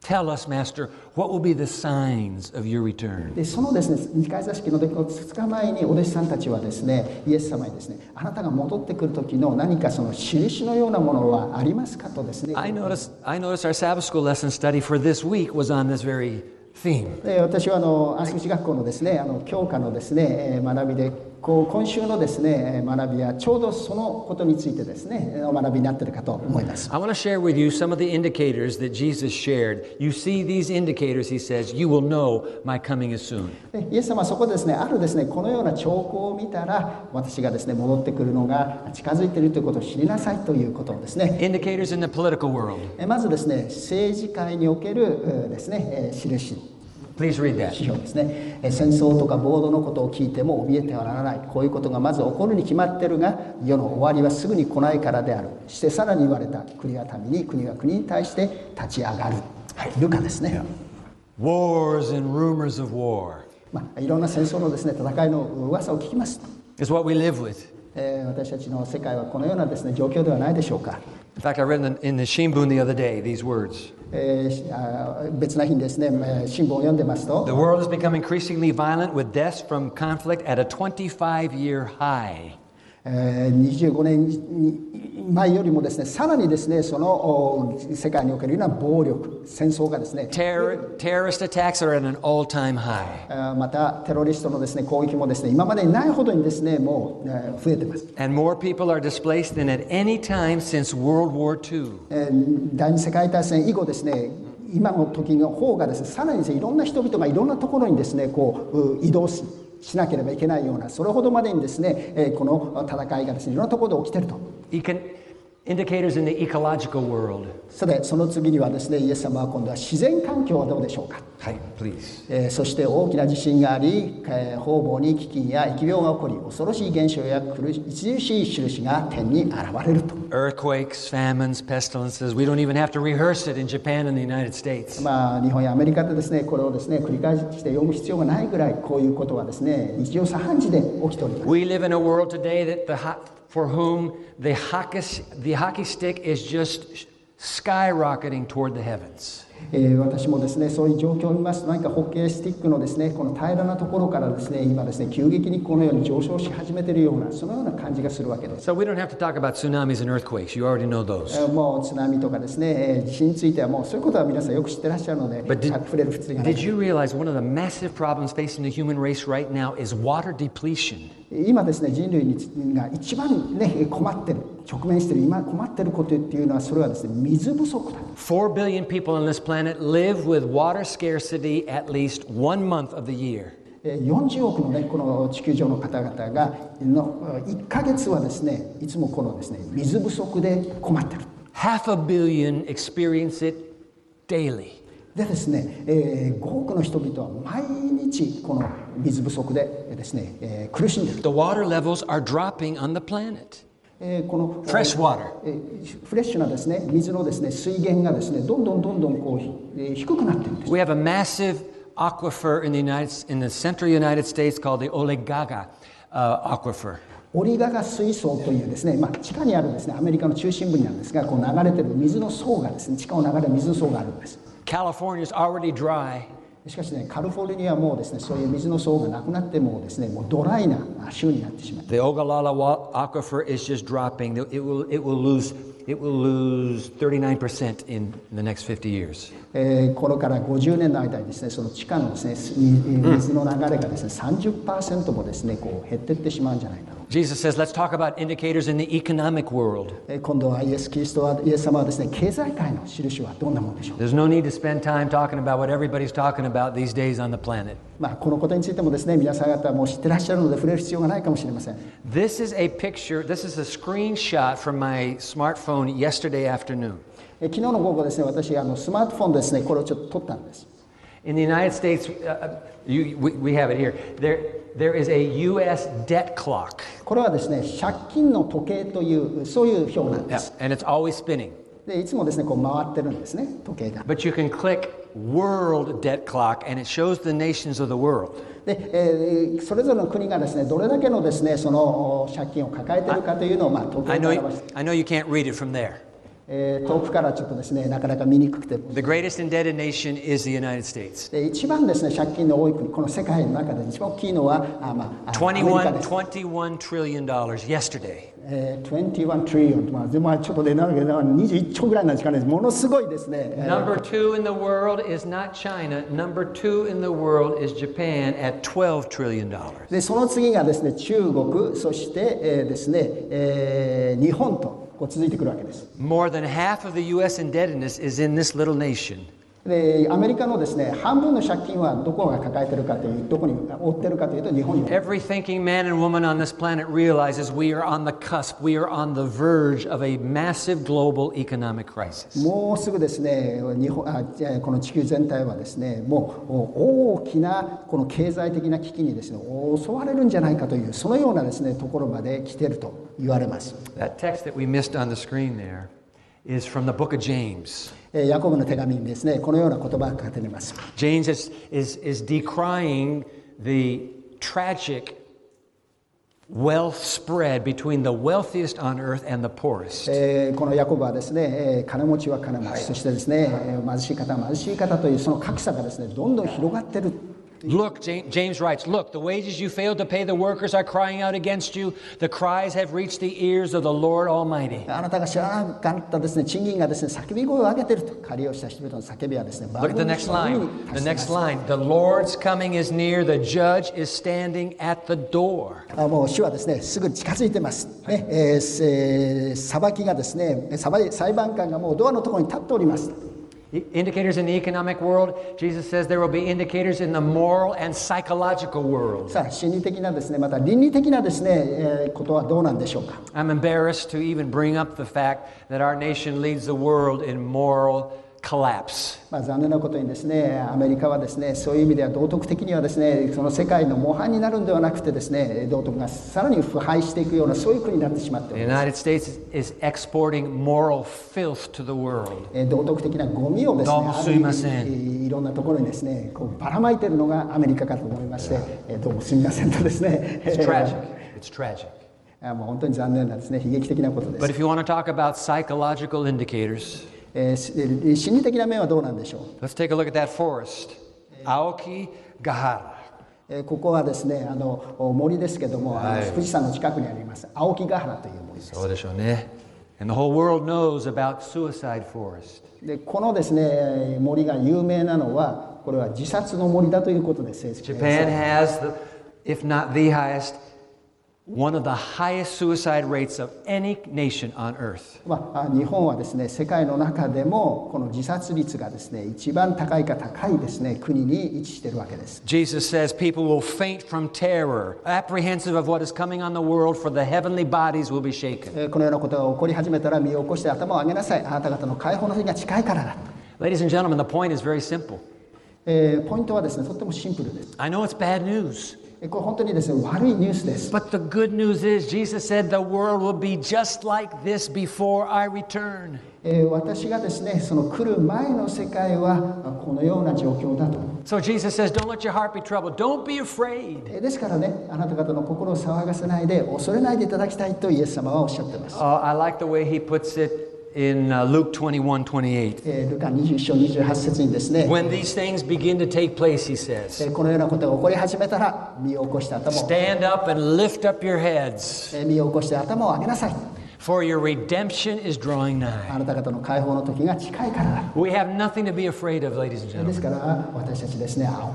A: Tell us, Master, what will be the signs of your return?
B: でそのですね二階座敷の出来事2日前にお弟子さんたちはですねイエス様にですねあなたが戻ってくる時の何かその印のようなものはありますかとですね
A: I noticed, I noticed our Sabbath school lesson study for this week was on this very theme.
B: で私はあの足口学校のですねあの教科のですねえー学びでこう今週のですねえー学びはちょうどそのことについてですねえーお学びになっているかと思います。
A: I want to share with you some of the indicators that Jesus shared. You see these indicators, he says, you will know my coming is soon.
B: でイエス様はそこでですねあるですねこのような兆候を見たら私がですね戻ってくるのが近づいているということを知りなさいということをですね
A: Indicators in the political world.
B: えまずですね政治界におけるえーですねえー印
A: Please read that.
B: 指標ですねえー戦争とか暴動のことを聞いても怯えてはならないこういうことがまず起こるに決まってるが世の終わりはすぐに来ないからであるしてさらに言われた国は民に国は国に対して立ち上がる、はい、ルカですね、
A: Wars and rumors of war
B: まあ、いろんな戦争のですね戦いの噂を聞きます、
A: is what we live with.
B: えー私たちの世界はこのようなですね状況ではないでしょうか
A: In fact, I read in the, in the Shimbun the other day these words.
B: えーしあー別な日にですねえー新聞を読んでますと
A: The world has become increasingly violent with deaths from conflict at a 25 year high.
B: えー25年に前よりもですねさらにですねそのお世界におけるような暴力戦争がですね
A: Terror, terrorist attacks are at an all time high.
B: あーまたテロリストのですね攻撃もですね今までにないほどにですねもうえー増えてます
A: And more people are displaced than at any time since World War II.
B: えー第二次世界大戦以後ですね今の時の方がですねさらにですねいろんな人々がいろんなところにですねこうう移動ししなければいけないようなそれほどまでにですね、えーこの戦いがですねいろんなところで起きていると
A: Econ- indicators in the ecological world.
B: さてその次にはですねイエス様は今度は自然環境はどうでしょうか
A: Hi, please.
B: えーそして大きな地震があり、えー方々に飢饉や疫病が起こり恐ろしい現象や苦し著しい印が天に現れると、
A: Earthquakes, famines, pestilences. We don't even have to rehearse it in Japan and the United States.
B: まあ、日本やアメリカでですねこれをですね繰り返して読む必要がないぐらいこういうことはですね日常茶飯事で起きております
A: We live in a world today that the ho- for whom the hockey, the hockey stick is just skyrocketing toward the heavens.
B: えー私もですねそういう状況を見ますと何かホッケースティックのですねこの平らなところからですね今ですね急激にこのように上昇し始めているようなそのような感じがするわけです。
A: So we don't have to talk about tsunamis and earthquakes. You already know
B: え
A: those.
B: ーもう津波とかですね、えー地震についてはもうそういうことは皆さんよく知ってらっしゃるので
A: But did-
B: あ触れる必要がない
A: Did you realize one of the massive problems facing the human race right now is water depletion?
B: 今ですね人類にが一番ね困ってる直面してる今困ってることっていうのはそれはですね水不足だ
A: Four billion people on this planet live with water scarcity at least one month of the year.
B: えー40億のねこの地球上の方々がの1ヶ月はですねいつもこのですね水不足で困ってる
A: Half a billion experience it daily.
B: でですね、え5億の人々は毎日この水不足でえーですね、えー苦しんでる、
A: The water levels are dropping on the planet.
B: えーこの
A: Fresh water.
B: えーフレッシュなですね水のですね水源がですねどんどんどんどんこうひ、えー低くなってるんです
A: We have a massive aquifer in the, United, in the central United States called the Olegaga uh, aquifer.
B: オリガガ水槽というですね、まあ、地下にあるですねアメリカの中心部になんですがこう流れてる水の層がですね地下を流れる水の層があるんです
A: California's already dry.
B: しかしねカリフォルニアはもうですねそういう水の層がなくなってもうですねもうドライなあ州になってしまう
A: The Ogallala wa- aquifer is just dropping. It will, it will lose, it will lose 39% in the next 50 years.
B: えーこれから50年の間にですねその地下のですねすに水の流れがですね30%もですねこう減っていってしまうんじゃないかろう
A: Jesus says, let's talk about indicators in the economic world.
B: えー今度はイエス・キリストはイエス様はですね経済界の印はどんなものでしょう
A: There's no need to spend time talking about what everybody's talking about these days on the planet.
B: まあこのことについてもですね皆さん方はもう知ってらっしゃるので触れる必要がないかもしれません
A: This is a picture, this is a screenshot from my smartphone yesterday afternoon.
B: え昨日の午後ですね、私、あのスマートフォンですね、これをちょっと撮ったんです。
A: In the United States, uh, you, we, we have it here. There, there is a U.S. debt clock,
B: これはですね、借金の時計という、そういう表なんです。
A: and it's always spinning.
B: でいつもですね、こう回ってるんですね、時計が。
A: But you can click World Debt Clock, and it shows the nations of the world.
B: で、えーそれぞれの国がですね、どれだけのですね、そのお借金を抱えてるかというのを、まあ、時
A: I
B: 計
A: know,
B: で表し
A: you,
B: て、
A: I know you can't read it from there.
B: えー遠くからちょっとですね、なかなか見にくくて。
A: The greatest indebted nation is the United States.
B: で一番ですね、借金の多い国、この世界の中で一番大きいのは、あまあ、あアメリカ
A: 21,
B: です。
A: $21 trillion dollars yesterday.
B: えー、21 trillion まあで、まあ、ちょっとね、なんか21兆ぐらいなんですかね、ものすごいですね。えー
A: Number two in the world is not China. Number two in the world is Japan at $12 trillion. dollars.
B: でその次がですね中国そして、えーですね、えー日本とこう続いてくるわけです
A: More than half of the U.S. indebtedness is in this little nation.
B: でアメリカのですね半分の借金はどこが抱えてるかというどこに負ってるかというと日本に
A: Every thinking man and woman on this planet realizes we are on the cusp, we are on the verge of a massive global economic crisis.
B: もうすぐですね日本あじゃあこの地球全体はですねもうお大きなこの経済的な危機にですね襲われるんじゃないかというそのようなですねところまで来てると言われます
A: That text that we missed on the screen there is from the book of James.
B: えーヤコブの手紙にですねこのような言葉が書かれてます
A: James is, is, is decrying the tragic wealth spread between the wealthiest on earth and the poorest.
B: えーこのヤコブはですね、えー金持ちは金持ち、そしてですね、えー貧しい方は貧しい方というその格差がですねどんどん広がってる
A: Look, Ja- James writes, Look, the wages you failed to pay the workers are crying out against you. The cries have reached the ears of the Lord Almighty.
B: あなたが知らなかったですね賃金がですね叫び声を上げてると借りをした人々の叫びはですね
A: Look at the next line. The next line. The Lord's coming is near. The judge is standing at the door.
B: あもう主はですねすぐ近づいてます、ねえーすえー裁きがですね裁い裁判官がもうドアのところに立っております
A: I- E, Indicators in the economic world. Jesus says there will be indicators in the moral and psychological world.
B: さあ心理的なですねまた倫理的なですね、えーことはどうなんでしょうか
A: I'm embarrassed to even bring up the fact that our nation leads the world in moral collapse.
B: まあ、残念なことにですねアメリカはですねそういう意味では道徳的にはですねその世界の模範になるんではなくてですね道徳がさらに腐敗していくようなそういう国になってしまってお
A: The
B: ります
A: United States is- is exporting moral filth to the world.
B: えー道徳的なゴミをですね
A: どうも
B: ある
A: すいません
B: えーいろんなところにですねこうばらまいてるのがアメリカかと思いまして、えーどうもすみませんとですね
A: It's
B: *laughs*
A: tragic. It's tragic.
B: えーもう本当に残念なですね悲劇的なことで
A: But
B: す
A: if you want to talk about psychological indicators,
B: えーしえー心理的な面はどうなんでしょう
A: Let's take a look at that forest. Aoki Gahara.
B: えーここはですねあのお森ですけども、あの富士山の近くにあります青木ヶ原という森です。
A: And the whole world knows about Suicide Forest.
B: でこのですねえー森が有名なのはこれは自殺の森だということです。えー
A: Japan has, the, if not the highest, one of the highest suicide rates of any nation on earth.
B: まあ、あ日本はですね世界の中でもこの自殺率がですね一番高いか高いですね国に位置しているわけです。
A: Jesus says people will faint from terror, apprehensive of what is coming on the world, for the heavenly bodies will be shaken.
B: えーこのようなことが起こり始めたら身を起こして頭を上げなさいあなた方の解放の日が近いからだ、
A: Ladies and gentlemen, the point is very simple.
B: えーポイントはですねとってもシンプルです。
A: I know it's bad news,
B: えーこれ本当にですね悪いニュースです。
A: but the good news is Jesus said the world will be just like this before I return.
B: えー私がですねその来る前の世界はあこのような状況だと、
A: So Jesus says, Don't let your heart be troubled. Don't be afraid.
B: えーですからねあなた方の心を騒がせないで恐れないでいただきたいとイエス様はおっしゃってます、
A: Uh, I like the way he puts it in uh, Luke 21 28.
B: えールカ21章28節にですね、
A: When these things begin to take place, he
B: え
A: says,
B: ーこのようなことが起こり始めたら身を起こして頭を、え
A: Stand up and lift up your heads,
B: ー身を起こして頭を上げなさい
A: for your redemption is drawing nigh.
B: あなた方の解放の時が近いからだ
A: We have nothing to be afraid of, ladies and
B: で
A: gentlemen.
B: すから私たちですねあ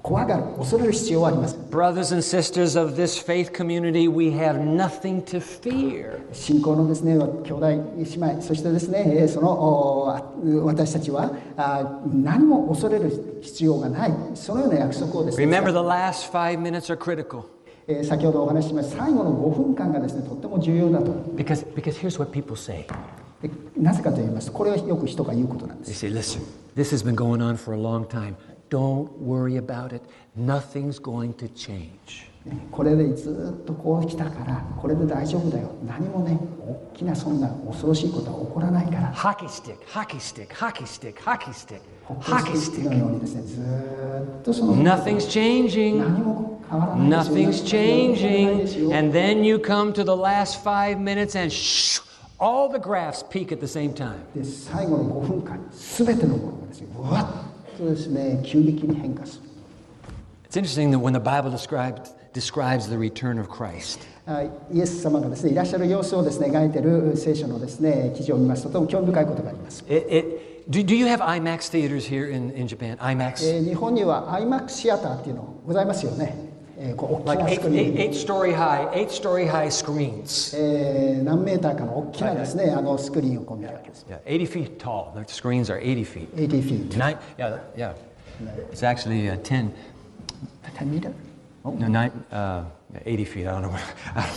B: 怖がる恐れる必要はありません
A: Brothers and sisters of this faith community, we have nothing to fear.
B: 信仰のですね兄弟姉妹そしてですねえーそのおあ私たちはあ何も恐れる必要がないそのような約束をですね
A: Remember, the last five minutes are critical
B: えー先ほどお話ししました最後の5分間がですねとっても重要だと
A: because, because here's what people say
B: でなぜかと言いますとこれはよく人が言うことなんで
A: They
B: す
A: say, listen, this has been going on for a long time. Don't worry about it. Nothing's going to change.
B: ねこれでずっとこう来たからこれで大丈夫だよ何もね大きなそんな恐ろしいことは起こらないから
A: Hockey stick, hockey stick, hockey stick, hockey stick,
B: ホッ
A: hockey
B: キスティ
A: stick.
B: ックのようにですねずーっとその
A: Nothing's changing.
B: 何も変わらないですよ
A: Nothing's
B: 何も変わらない
A: changing.
B: ですよ
A: And then you come to the last five minutes and shh, all the graphs peak at the same time.
B: で最後の5分間全てのものがですねうわっとですね急激に変化する
A: It's interesting that when the Bible describes, describes the return of Christ,
B: あイエス様がですねいらっしゃる様子をですね描いている聖書のですね記事を見ますととても興味深いことがあります、
A: it, it, do, do you have IMAX theaters here in, in Japan? IMAX?
B: えー日本には IMAX シアターっていうのございますよね、えーこう大き
A: like
B: なス
A: eight,
B: クリーン
A: eight, eight story high, eight story high screens.
B: えー何メーターかの大きなですね、あのスクリーンをこう見るわけです
A: Yeah, 80 feet tall. The screens are 80 feet.
B: 80 feet
A: Nine, yeah, yeah. It's actually uh, 10,
B: 10 meter?
A: no, nine, uh, 80 feet. I don't know. what-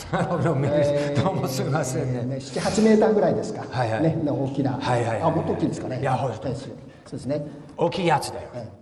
A: *laughs* I don't know. Meters. どうもすいませんね
B: ね、78メーターぐらいですか、
A: はいはい
B: ね、の大きな、
A: はいはいはい
B: あもっと大きいですかね、
A: いやはい
B: そうですよそうですね、
A: 大きいやつだよ。
B: えー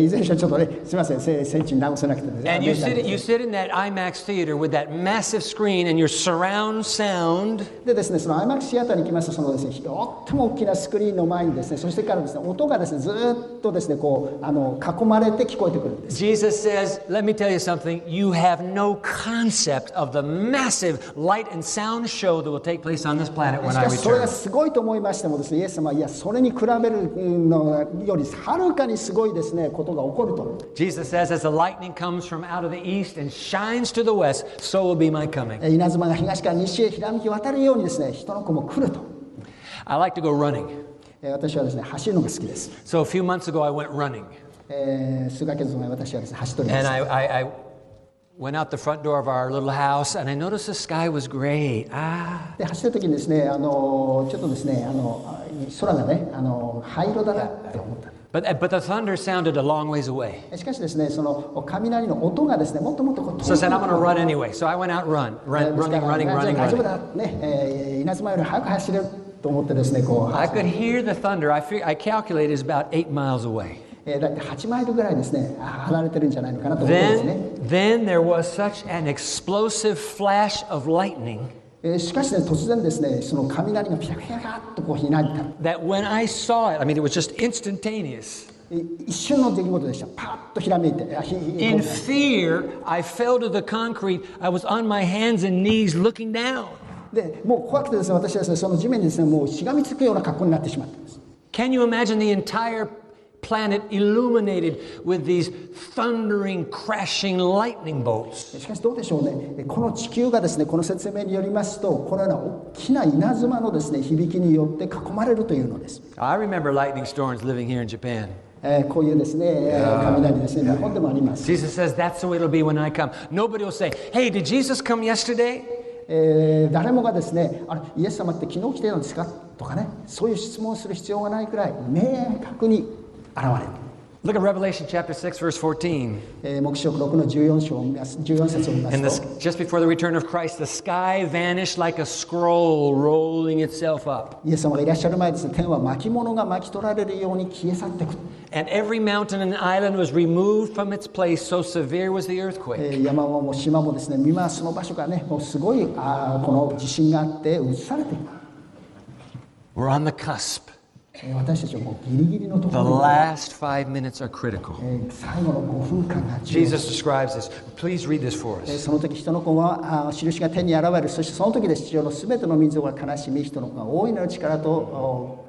B: いずれにしろちょっとね、すみません、せ戦地に直せなくてですね
A: And you
B: あメー
A: sit,
B: ター
A: you sit in that IMAX theater with that massive screen and your surround sound.
B: でですね、その IMAX シアターに来ますと、そのですね、とっても大きなスクリーンの前にですね、そしてからですね、音がですね、ずーっとですね、こうあの囲まれて聞こえてくるんです。
A: Jesus says, Let me tell you something. You have no concept of the massive light and sound show that will take place on this planet
B: し
A: when I
B: かしそれ
A: return.
B: がすごいと思いましてもですね、イエス様は、いや、それに比べるのよりはるかにすごいですね、ことが起こると。
A: Jesus says, As the lightning comes from out of the east and shines to the west, so will be my coming.
B: え稲妻が東から西へひらめき渡るようにですね、人の子も来ると。
A: I like to go running.
B: えー私はですね、走るのが好きです。
A: So a few months ago, I went running.
B: えー数ヶ月前、私はですね、走っておりま
A: And
B: す。
A: I, I, I went out the front door of our little house and I noticed the sky was gray. Ah.
B: で走ってる時にですね、あのちょっとですね、あの空がね、あの灰色だなって思った。
A: But, but the thunder sounded a long ways away.
B: しかしですね、その雷の音がですね、もっともっとこう遠く
A: So I said, I'm going to run anyway. So I went out, run,
B: え
A: run,
B: ーです
A: running,
B: から
A: running,
B: じゃあ
A: running,
B: 大丈
A: running.
B: 夫だね、えー稲妻より早く走れると思ってですね、こう
A: I could hear the thunder. I, fig- I calculated it's about eight miles away.
B: えーだって8マイルぐらいですね、あ離れてるんじゃないのかなと思ってですね。
A: Then, then there was such an explosive flash of lightning
B: えーしかしね、突然ですね、その雷がピャピャピャっとこうひなりた。
A: that when I saw it, I mean, it was just instantaneous.
B: え一瞬の出来事でした。パーッとひらめいて。あひひ
A: In fear, I fell to the concrete. I was on my hands and knees looking down. で
B: でもう怖くてですね私はですねその地面にですねもうしがみつくような格好になってしまったんです
A: Can you imagine the entire planet illuminated with these thundering, crashing lightning bolts?
B: しかしどうでしょうねえこの地球がですねこの説明によりますとこのような大きな稲妻のですね響きによって囲まれるというのです、
A: I remember lightning storms living here in Japan.
B: えーこういうですねえー雷ですね日本でもあります、
A: Jesus says, That's the way it'll be when I come. Nobody will say, Hey, did Jesus come yesterday?
B: えー誰もがですねあれイエス様って昨日来てるんですかとかねそういう質問をする必要がないくらい明確に現れる
A: Look at Revelation chapter 6, verse 14.
B: えー黙示録6の14章を見ます14節を見ま
A: And
B: す
A: this,
B: と
A: just before the return of Christ, the sky vanished like a scroll rolling itself up.
B: イエス様がいらっしゃる前ですね天は巻物が巻き取られるように消え去ってくる、
A: And every mountain and island was removed from its place, so severe was the
B: え
A: earthquake.
B: ー山も島もですね見ますその場所がねもうすごいあーこの地震があって移されていく、
A: We're on the cusp.
B: えー私たちはもうギリギリのとこ
A: The
B: ろに、
A: last five minutes are critical.
B: えー最後の5分間が重要
A: Jesus describes this. Please read this for
B: えー
A: us.
B: その時人の子はあー印が天に現れるそしてその時で地上のすべての民族が悲しみ人の子が大いなる力とお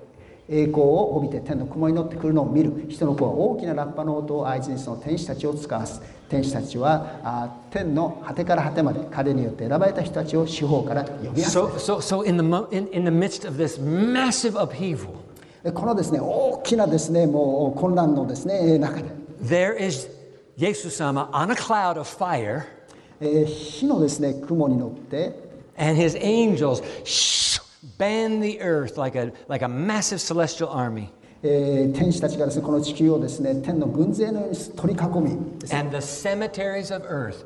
B: 栄光を帯びて天の雲に乗ってくるのを見る人の子は大きなラッパの音を合図にその天使たちを使わす天使たちはあー天の果てから果てまで彼によって選ばれた人たちを四方から呼び集
A: So, so, so in, the, mo- in, in the midst of this massive upheaval,
B: めこのですね大きなですねもう混乱のですねえー中で、
A: there is Jesus sama on a cloud of fire,
B: えー火のですね雲に乗って、
A: and his angels shh, band the earth like a, like a massive celestial army.
B: えー天使たちがですねこの地球をですね天の軍勢のように取り囲み
A: And the cemeteries of earth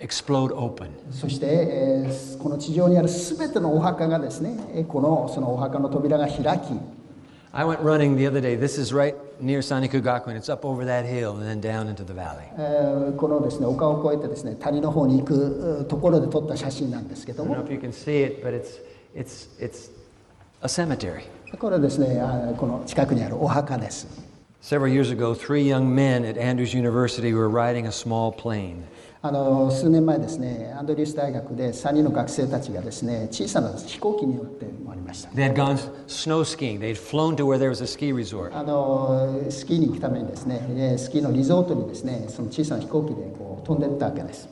A: explode open.
B: そして、えーこの地上にあるすべてのお墓がですね、えーこのそのお墓の扉が開き、
A: I went running the other day. This is right near Sanikugaku, and it's up over that hill and then down into the valley.
B: えーこのですね丘を越えてですね谷の方に行くうーところで撮った写真なんですけど
A: I don't
B: も、
A: know if you can see it, but it's, it's, it's a cemetery.
B: これはですねあーこの近くにあるお墓です。
A: Several years ago, three young men at Andrews University were riding a small plane.
B: あの数年前ですねアンドリュース大学で3人の学生たちがですね小さな飛行機に乗って回りました。
A: They had gone snow skiing. They had flown to where there was a ski resort.
B: あのスキーに行くためにですねえースキーのリゾートにですねその小さな飛行機でこう飛んでったわけです。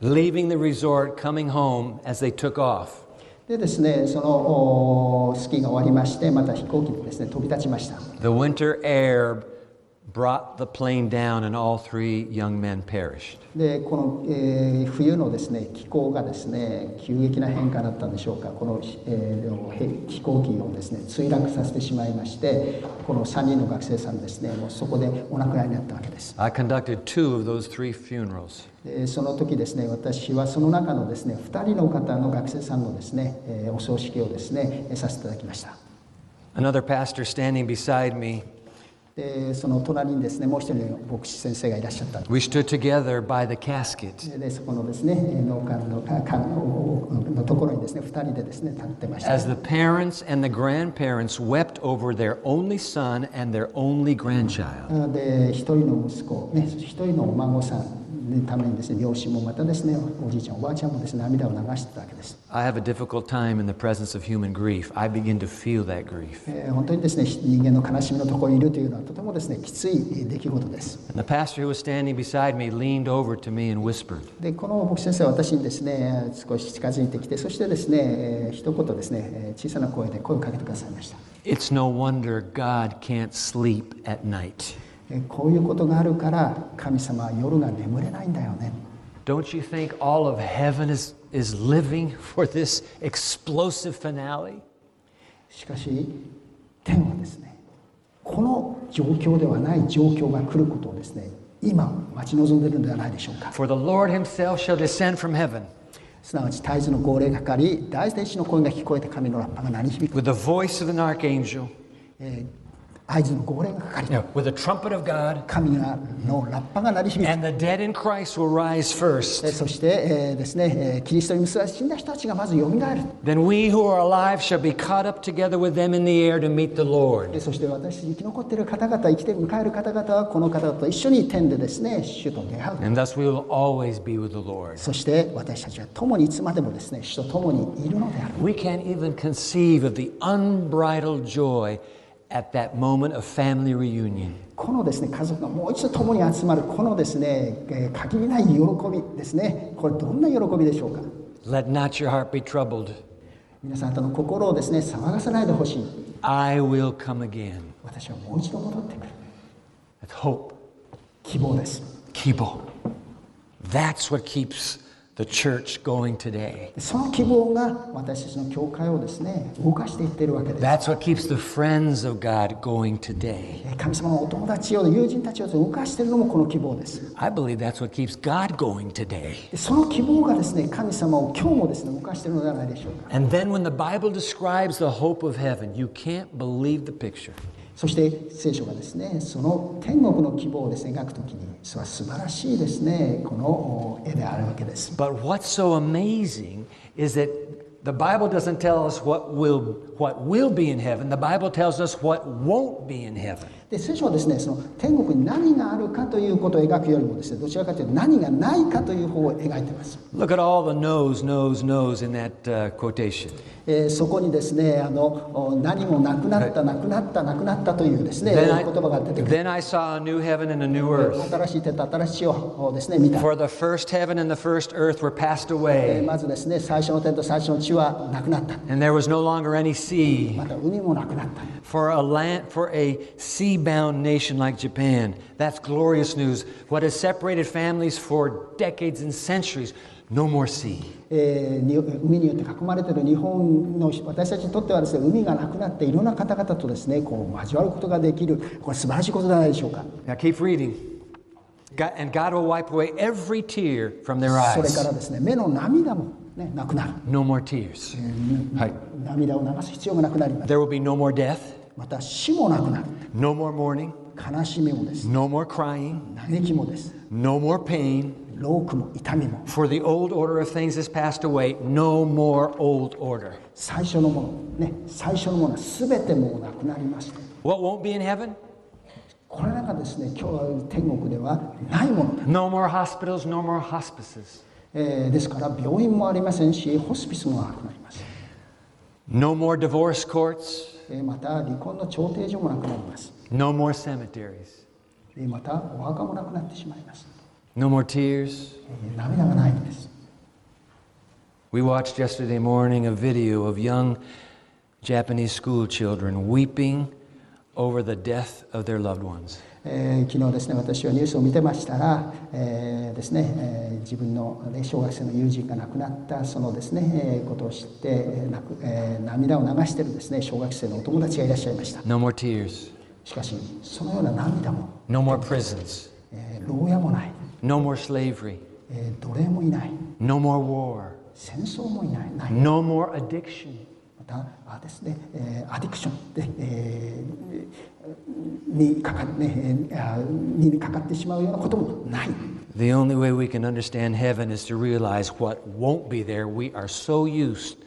A: Leaving the resort, coming home as they took off,
B: でですね、そのおスキーが終わりまして、また飛行機でですね、飛び立ちました。
A: the winter air brought the plane down, and all three young men perished.
B: で、この、えー冬のですね、気候がですね、急激な変化だったんでしょうか、この、えーへ飛行機をですね、墜落させてしまいまして、この3人の学生さんですね、もうそこでお亡くなりになったわけです。
A: I conducted two of those three funerals.
B: でその時ですね、私はその中のですね、2人の方の学生さんのですね、えーお葬式をですね、えーさせていただきました。
A: Another pastor standing beside me,
B: で、その隣にですね、もう一人の牧師先生がいらっしゃったんです
A: we stood together by the casket
B: でそこのですねえー農家のかかののところにですね2人でですね立ってました
A: as the parents and the grandparents wept over their only son and their only grandchild.
B: なので一人の息子ね一人のお孫さんのためにですね両親もまたですねおじいちゃんおばあちゃんもですね涙を流してたわけです、
A: I have a difficult time in the presence of human grief. I begin to feel that grief.
B: えー本当にですねひ人間の悲しみのところにいるというのはとてもですねきついえー出来事です
A: And the pastor who was standing beside me leaned over to me and whispered,
B: でこの牧師先生は私にですねえー少し近づいてきてそしてですねえー一言ですねえー小さな声で声をかけてくださいました
A: It's no wonder God can't sleep at night.
B: えーこういうことがあるから神様は夜が眠れないんだよね
A: Don't you think all of heaven is, is living for this explosive finale?
B: しかし天はですねこの状況ではない状況が来ることをですね今待ち望んでいるのではないでしょうか
A: For the Lord himself shall descend from heaven
B: すなわち大樹の号令がかかり大天使の声が聞こえて神のラッパが鳴り響く、
A: with the voice of an archangel
B: えー合図の号令がかかり
A: you know, with the trumpet of God,
B: 神がのラッパが鳴り響く
A: and the dead in Christ will rise
B: え
A: first.
B: そして、えーですねえーキリストに結ばれ死んだ人たちがまずよみがえる
A: Then we who are alive shall be caught up together with them in the air to meet the
B: え
A: Lord.
B: そして私たち生き残っている方々生きて迎える方々はこの方々と一緒に天でですね主と出会う
A: And thus we will always be with the Lord.
B: そして私たちは共にいつまでもですね主と共にいるのである
A: We can't even conceive of the unbridled joy at that moment of family reunion.
B: このですね家族がもう一度共に集まるこのですね、えー限りない喜びですねこれどんな喜びでしょうか
A: Let not your heart be troubled.
B: 皆さんあなたの心をですね騒がせないでほしい
A: I will come again.
B: 私はもう一度戻ってくる
A: That's hope.
B: 希望です
A: Kibo. That's what keeps the church going today.
B: その希望が私たちの教会をですね動かしていっているわけです
A: That's what keeps the friends of God going today.
B: えー神様のお友達を友人たちを動かしているのもこの希望です
A: I believe that's what keeps God going today.
B: でその希望がですね神様を今日もですね動かしているのではないでしょうか
A: And then when the Bible describes the hope of heaven, you can't believe the picture.
B: そして聖書がですねその天国の希望をですね描くときにそれは素晴らしいですねこのお絵であるわけです
A: But what's so amazing is that the Bible doesn't tell us what will what will be in heaven. The Bible tells us what won't be in heaven.
B: で聖書はですねその天国に何があるかということを描くよりもですねどちらかというと何がないかという方を描いてます、
A: Look at all the no's, no's, no's in that uh, quotation.
B: えーそこにですねあのお何もなくなったなくなったなくなったというですね言
A: Then I,
B: 葉が出てくる
A: then I saw a new heaven and a new earth.
B: 新しい手と新しい地をですね見た
A: For the first heaven and the first earth were passed
B: えー
A: away,
B: まずですね最初の天と最初の地はなくなった
A: and there was no longer any sea.
B: また海もなくなった
A: For a land, for a sea-bound nation like Japan, that's glorious news. What has separated families for decades and centuries, no more sea.
B: えーに海によって囲まれている日本の私たちにとってはですね海がなくなっていろんな方々とですねこう交わることができるこれ素晴らしいことじゃないでしょうか
A: Now keep reading. God, and God will wipe away every tear from their
B: それ
A: eyes.
B: からですね目の涙も、ね、なくなる
A: No more tears. はい。
B: 涙を流す必要がなくなります
A: There will be no more death,
B: また死もなくなる
A: no more mourning,
B: 悲しみもです
A: no more crying,
B: 嘆きもです
A: no more pain.
B: 労苦も痛みも
A: For the old order of things has passed away. No more old order.
B: 最初のものね最初のものは全てもうなくなりました
A: What won't be in heaven?
B: これらがですね今日天国ではないものだ、
A: No more hospitals, no more hospices.
B: えーですから病院もありませんしホスピスもなくなります
A: No more divorce courts,
B: えーまた離婚の調停所もなくなります。
A: no more cemeteries,
B: えーまたお墓もなくなってしまいます。
A: no more tears.
B: えー涙がないんです。
A: We watched yesterday morning a video of young Japanese school children weeping over the death of their loved ones.
B: えー昨日ですね、私はニュースを見てましたら、えーですねえー自分の、ね、小学生の友人が亡くなったそのですね、えーことを知って、えー泣くえー涙を流しているですね、小学生のお友達がいらっしゃいました。
A: No more tears,
B: しかし、そのような涙も、
A: no more prisons,
B: えー牢屋もない、
A: no more slavery,
B: えー奴隷もいない、
A: no more war,
B: 戦争もいない、ない
A: no more addiction,
B: またあですね、えーアディクションで、えーにかかねえーあにかかってしまうようなこともない。
A: The only way we can understand heaven is to realize what won't be there. We are so used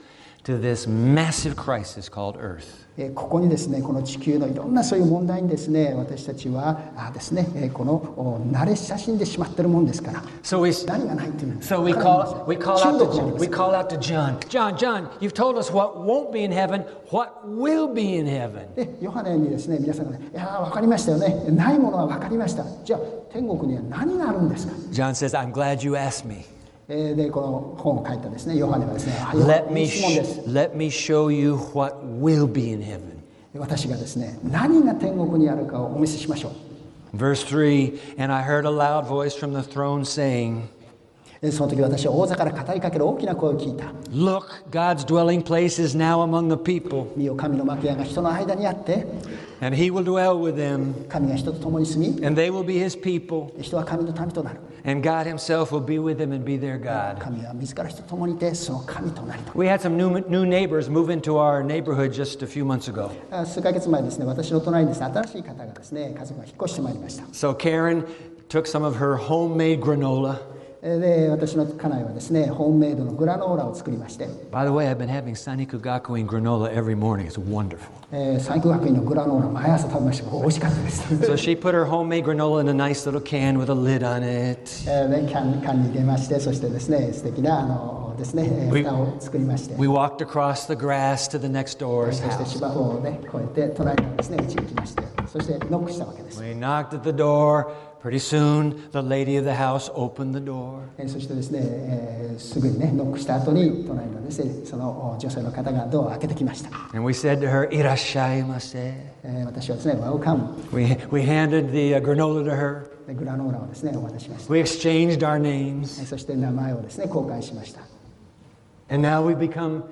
A: to this massive crisis called earth.
B: えーここにですねこの地球のいろんなそういう問題にですね私たちはあですねえーこのお慣れ親しんでしまってるもんですから
A: So we,
B: 何がないというの
A: so we
B: わからない
A: call, we call
B: 中
A: out
B: 毒
A: to
B: も
A: John,
B: ありま
A: we
B: す
A: call out to John. John, John, you've told us what won't be in heaven, what will be in heaven.
B: でヨハネにですね皆さんがね「いやー分かりましたよねないものは分かりましたじゃあ天国には何があるんですか?」
A: John says, I'm glad you asked me.
B: えーでこの本を書いたですねヨハネはですねあ
A: Let
B: い
A: me,
B: い質問
A: sh-
B: です
A: let me show you what will be in heaven.
B: 私がですね何が天国にあるかをお見せしましょう
A: Verse 3 And I heard a loud voice from the throne saying,
B: えその時私は王座から語りかける大きな声を聞いた
A: Look, God's dwelling place is now among the people,
B: 身を神の幕屋が人の間にあって
A: and he will dwell with them,
B: 神が人と共に住み
A: and they will be his people,
B: 人は神の民となる
A: and God himself will be with them and be their God.
B: 神は自ら人と共にいてその神となりと
A: We had some new, new neighbors move into our neighborhood just a few months ago.
B: あ数ヶ月前ですね私の隣にですね新しい方がですね家族が引っ越してまいりました
A: So Karen took some of her homemade granola.
B: えーで私の家内はですねホームメイドのグラノーラを作りまして、
A: By the way, I've been having Sanikugakuin granola every morning. It's wonderful.
B: えー、最高学院のグラノーラ毎朝食べました美味しかったです、
A: So she put her homemade granola in a nice little can with a lid on it.
B: えーで缶缶に入れましてそしてですね素敵なあのですねえー
A: We-
B: 蓋を作りまして
A: We walked across the grass to the next door's
B: そして
A: house.
B: 芝生をね越えて隣からですねうちに来ましてそしてノックしたわけです、
A: We knocked at the door. Pretty soon, the lady of the house opened the door.
B: えーそしてですね、えーすぐにねノックした後に隣のですねそのお女性の方がドアを開けてきました、
A: And we said to her, Irashaimase.
B: えー私はですねワウカム
A: We, we handed the uh, granola to her.
B: でグラノーラをですねお渡ししました
A: We exchanged our names.
B: えーそして名前をですね公開しました
A: And now we've become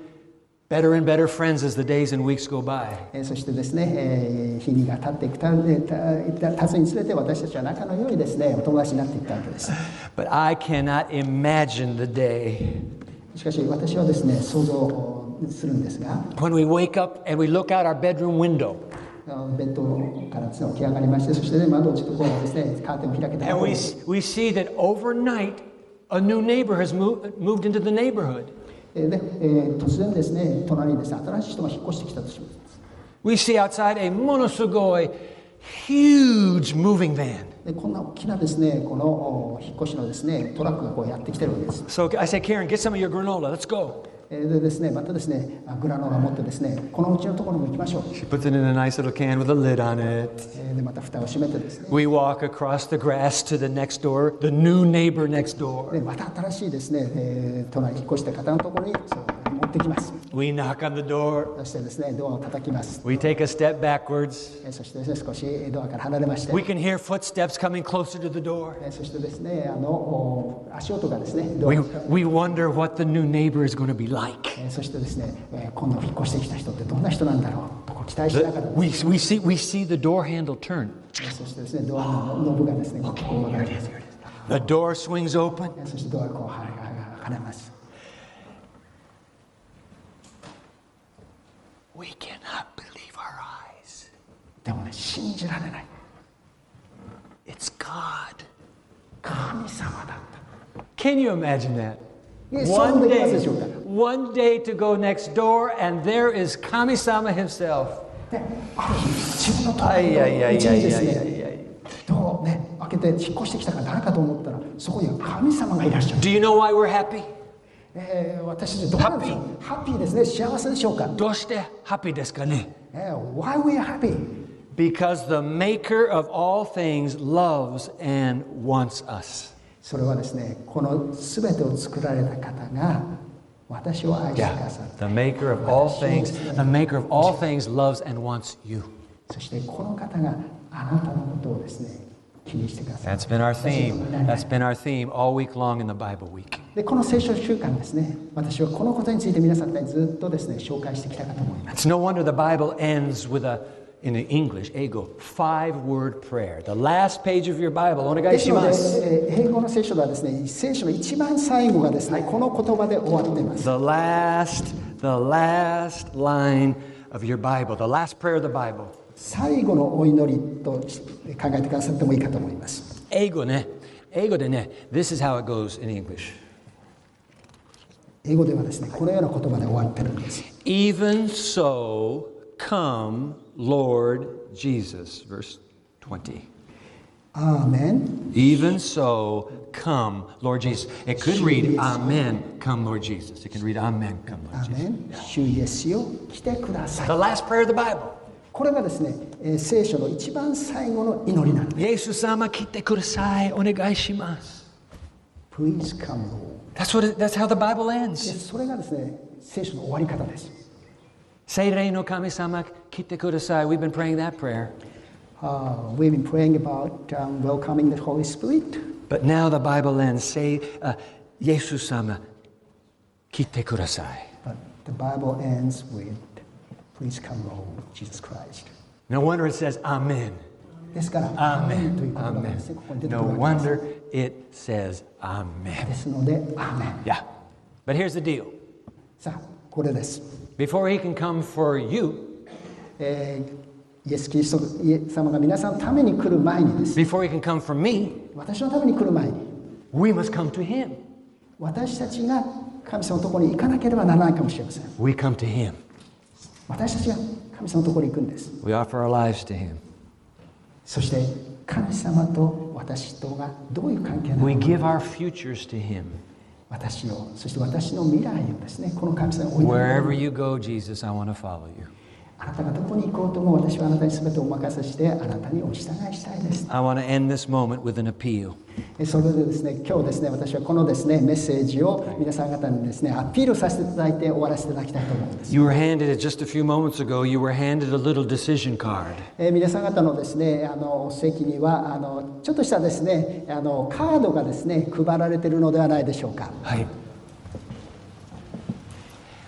A: better and better friends as the days and weeks go by.
B: えーそしてですね、えー日にが経っていくたえーたたつにつれて私たちは仲の良いですねお友達になっていったわけです
A: But I cannot imagine the day
B: しかし私はですね想像をするんですが
A: when we wake up and we look out our bedroom window
B: あのベッドからですね起き上がりましてそしてね窓をちょっとこうですねカーテンを開け
A: and
B: たら
A: we, we see that overnight a new neighbor has moved, moved into the neighborhood.
B: えーで、えー突然ですね隣にですね新しい人が引っ越してきたとします。
A: We see outside a monosugoi huge moving van.
B: でこんな大きなですねこのお引っ越しのですねトラックがこうやってきてるわけです。
A: So I say, Karen, get some of your granola. Let's go.
B: えーでですねまたですねあグラノーラ持ってですねこのうちのところにも行きましょう。
A: She puts it in a nice little can with a lid on it.
B: えーでまた蓋を閉めてですね
A: We walk across the grass to the next door, the new neighbor next
B: で
A: door.
B: また新しいですね、えー、隣に引っ越した方のところにそれを持ってきます
A: We knock on the door.
B: そしてですねドアを叩きます、
A: We take a step backwards.
B: えーそしてですね少しドアから離れまして、
A: We can hear footsteps coming closer to the door.
B: えーそしてですねあのお足音がですねドア
A: We,
B: に、
A: we wonder what the new neighbor is going to be like.
B: えーそしてですね、えー今度引っ越してきた人ってどんな人なんだろうとこう期待しながら、え
A: We, we, see, we see the door handle turn.
B: ーそしてですねドアのノブがですねこうこう
A: The door swings open.
B: えーそしてドアがこうはははれます、
A: We cannot believe our eyes.
B: でもね信じられない
A: It's God.
B: 神様だった
A: Can you imagine that?
B: Yes,
A: One
B: something
A: day,
B: else is yoga.
A: one day to go next door, and there is Kami-sama himself.
B: である日自分のところ
A: Ay,
B: の
A: ay, ay,
B: うちにです
A: ay, ay,
B: ね
A: ay, ay.
B: 戸をね開けて引っ越してきたから誰かと思ったらそこには神様がいらっしゃる、
A: Do you know why we're happy?
B: えー、私たちどうなんでしょうハッピーですね幸せでしょうか、
A: Doshite happy desu ka ne?
B: えー、Why we are happy
A: Because the maker of all things loves and wants us.
B: それはですねこの全てを作られた方が私を愛してくださる
A: The maker of all things, the maker of all things loves and wants you.
B: そしてこの方があなたのことをですね気にしてくださる
A: That's been our theme.
B: 私の
A: That's been our theme all week long in the Bible week.
B: でこの聖書習慣ですね私はこのことについて皆さんにずっとですね紹介してきたかと思います
A: It's no wonder the Bible ends with a, in English, ego, five word prayer. The last page of your Bible,
B: ですので
A: onegaishimasu.
B: えー英語の聖書ではですね、聖書の一番最後がですね、この言葉で終わっています。
A: The last, the last line of your Bible, the last prayer of the Bible.
B: 最後のお祈りとし考えてくださってもいいかと思います。
A: Ego ne, ego de ne. This is how it goes in English.
B: 英語ではですね、このような言葉で終わってるんです。
A: Even so, come, Lord Jesus. Verse 20.
B: アーメン。
A: Even so, come, Lord Jesus. It could read, Amen, come, Lord Jesus. It can read, Amen, come,
B: ア
A: Lord
B: ー
A: Jesus.
B: メン。主イエスよ、来てください。
A: The last prayer of the Bible.
B: これがですね、えー聖書の一番最後の祈りなんです。
A: Jesus-sama kite kudasai, onegai shimasu.
B: Please come, Lord.
A: That's what. It, that's how the Bible
B: で
A: ends.
B: それがですね、聖書の終わり方です。
A: Seirei no kami-sama kite kudasai. We've been praying that prayer.
B: Uh, we've been praying about um, welcoming the Holy Spirit.
A: But now the Bible ends. Say, uh, イエス様、来てください。
B: But the Bible ends with, Please come, Lord Jesus Christ.
A: No wonder it says, Amen.
B: ですから、
A: Amen.
B: という言葉がですね、ここに出
A: Amen.
B: てく
A: No
B: るわけ
A: wonder it says,
B: で
A: Amen.
B: すので、アーメン
A: Yeah. But here's the deal
B: さあ、これです。
A: before he can come for you,
B: えーイエス・キリストイエス様が皆さんのために来る前にです。
A: before he can come for me,
B: 私のために来る前に、
A: we must come to him.
B: 私たちが神様のところに行かなければならないかもしれません。
A: We come to him.
B: 私たちが神様のところに行くんです。
A: We offer our lives to him.
B: そして、神様と私とがどういう関係なのか
A: We give our futures to him.
B: 私を、そして私の未来をですね、この神様に置いて
A: Wherever you go, Jesus, I want to follow you.
B: あなたがどこに行こうとも私はあなたに全てお任せしてあなたにお従いしたいです
A: I want to end this moment with an appeal.
B: えそれでですね今日ですね私はこのですねメッセージを皆さん方にですねアピールさせていただいて終わらせていただきたいと思うんです
A: You were handed, just a few moments ago, you were handed a little decision card.
B: えー皆さん方のですねあの席にはあのちょっとしたですねあのカードがですね配られているのではないでしょうか
A: Hi.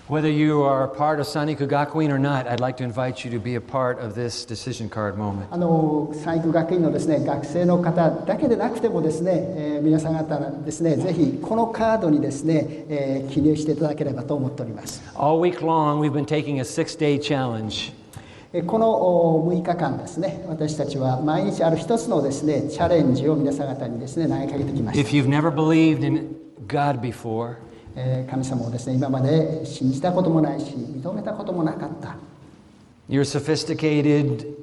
A: Whether you are a part of Sani Kugakuin or not, I'd like to invite you to be a part of this decision card moment.
B: あの産育学院のですね学生の方だけでなくてもですね、えー皆さん方ですねぜひこのカードにですね、えー記入していただければと思っております
A: All week long, we've been taking a six day challenge.
B: えーこのお6日間ですね私たちは毎日ある一つのですねチャレンジを皆さん方にですね投げかけてきました
A: If you've never believed in God before,
B: えー神様をですね今まで信じたこともないし認めたこともなかった
A: you're a sophisticated,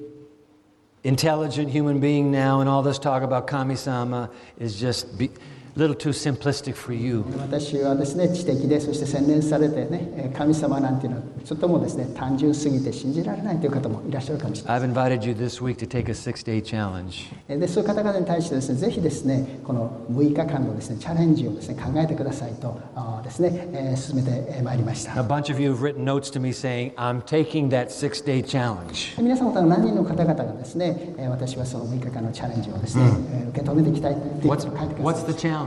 A: intelligent human being now, and all this talk about kami sama is just be, a little too simplistic for you.
B: 私はですね知的でそして洗練されてねえー神様なんていうのはちょっともうですね単純すぎて信じられないという方もいらっしゃるかもしれない
A: I've invited you this week to take a six day challenge.
B: えーでそういう方々に対してですねぜひですねこの6日間のですねチャレンジをですね考えてくださいとあーですね、えー進めてえーまいりました
A: A bunch of you have written notes to me saying, I'm taking that six day challenge.
B: 皆様方の何人の方々がですね、えー私はその6日間のチャレンジをですね、えー受け止めていきたいということを
A: What's,
B: 書いてくだ
A: what's
B: さい、
A: the challenge?
B: え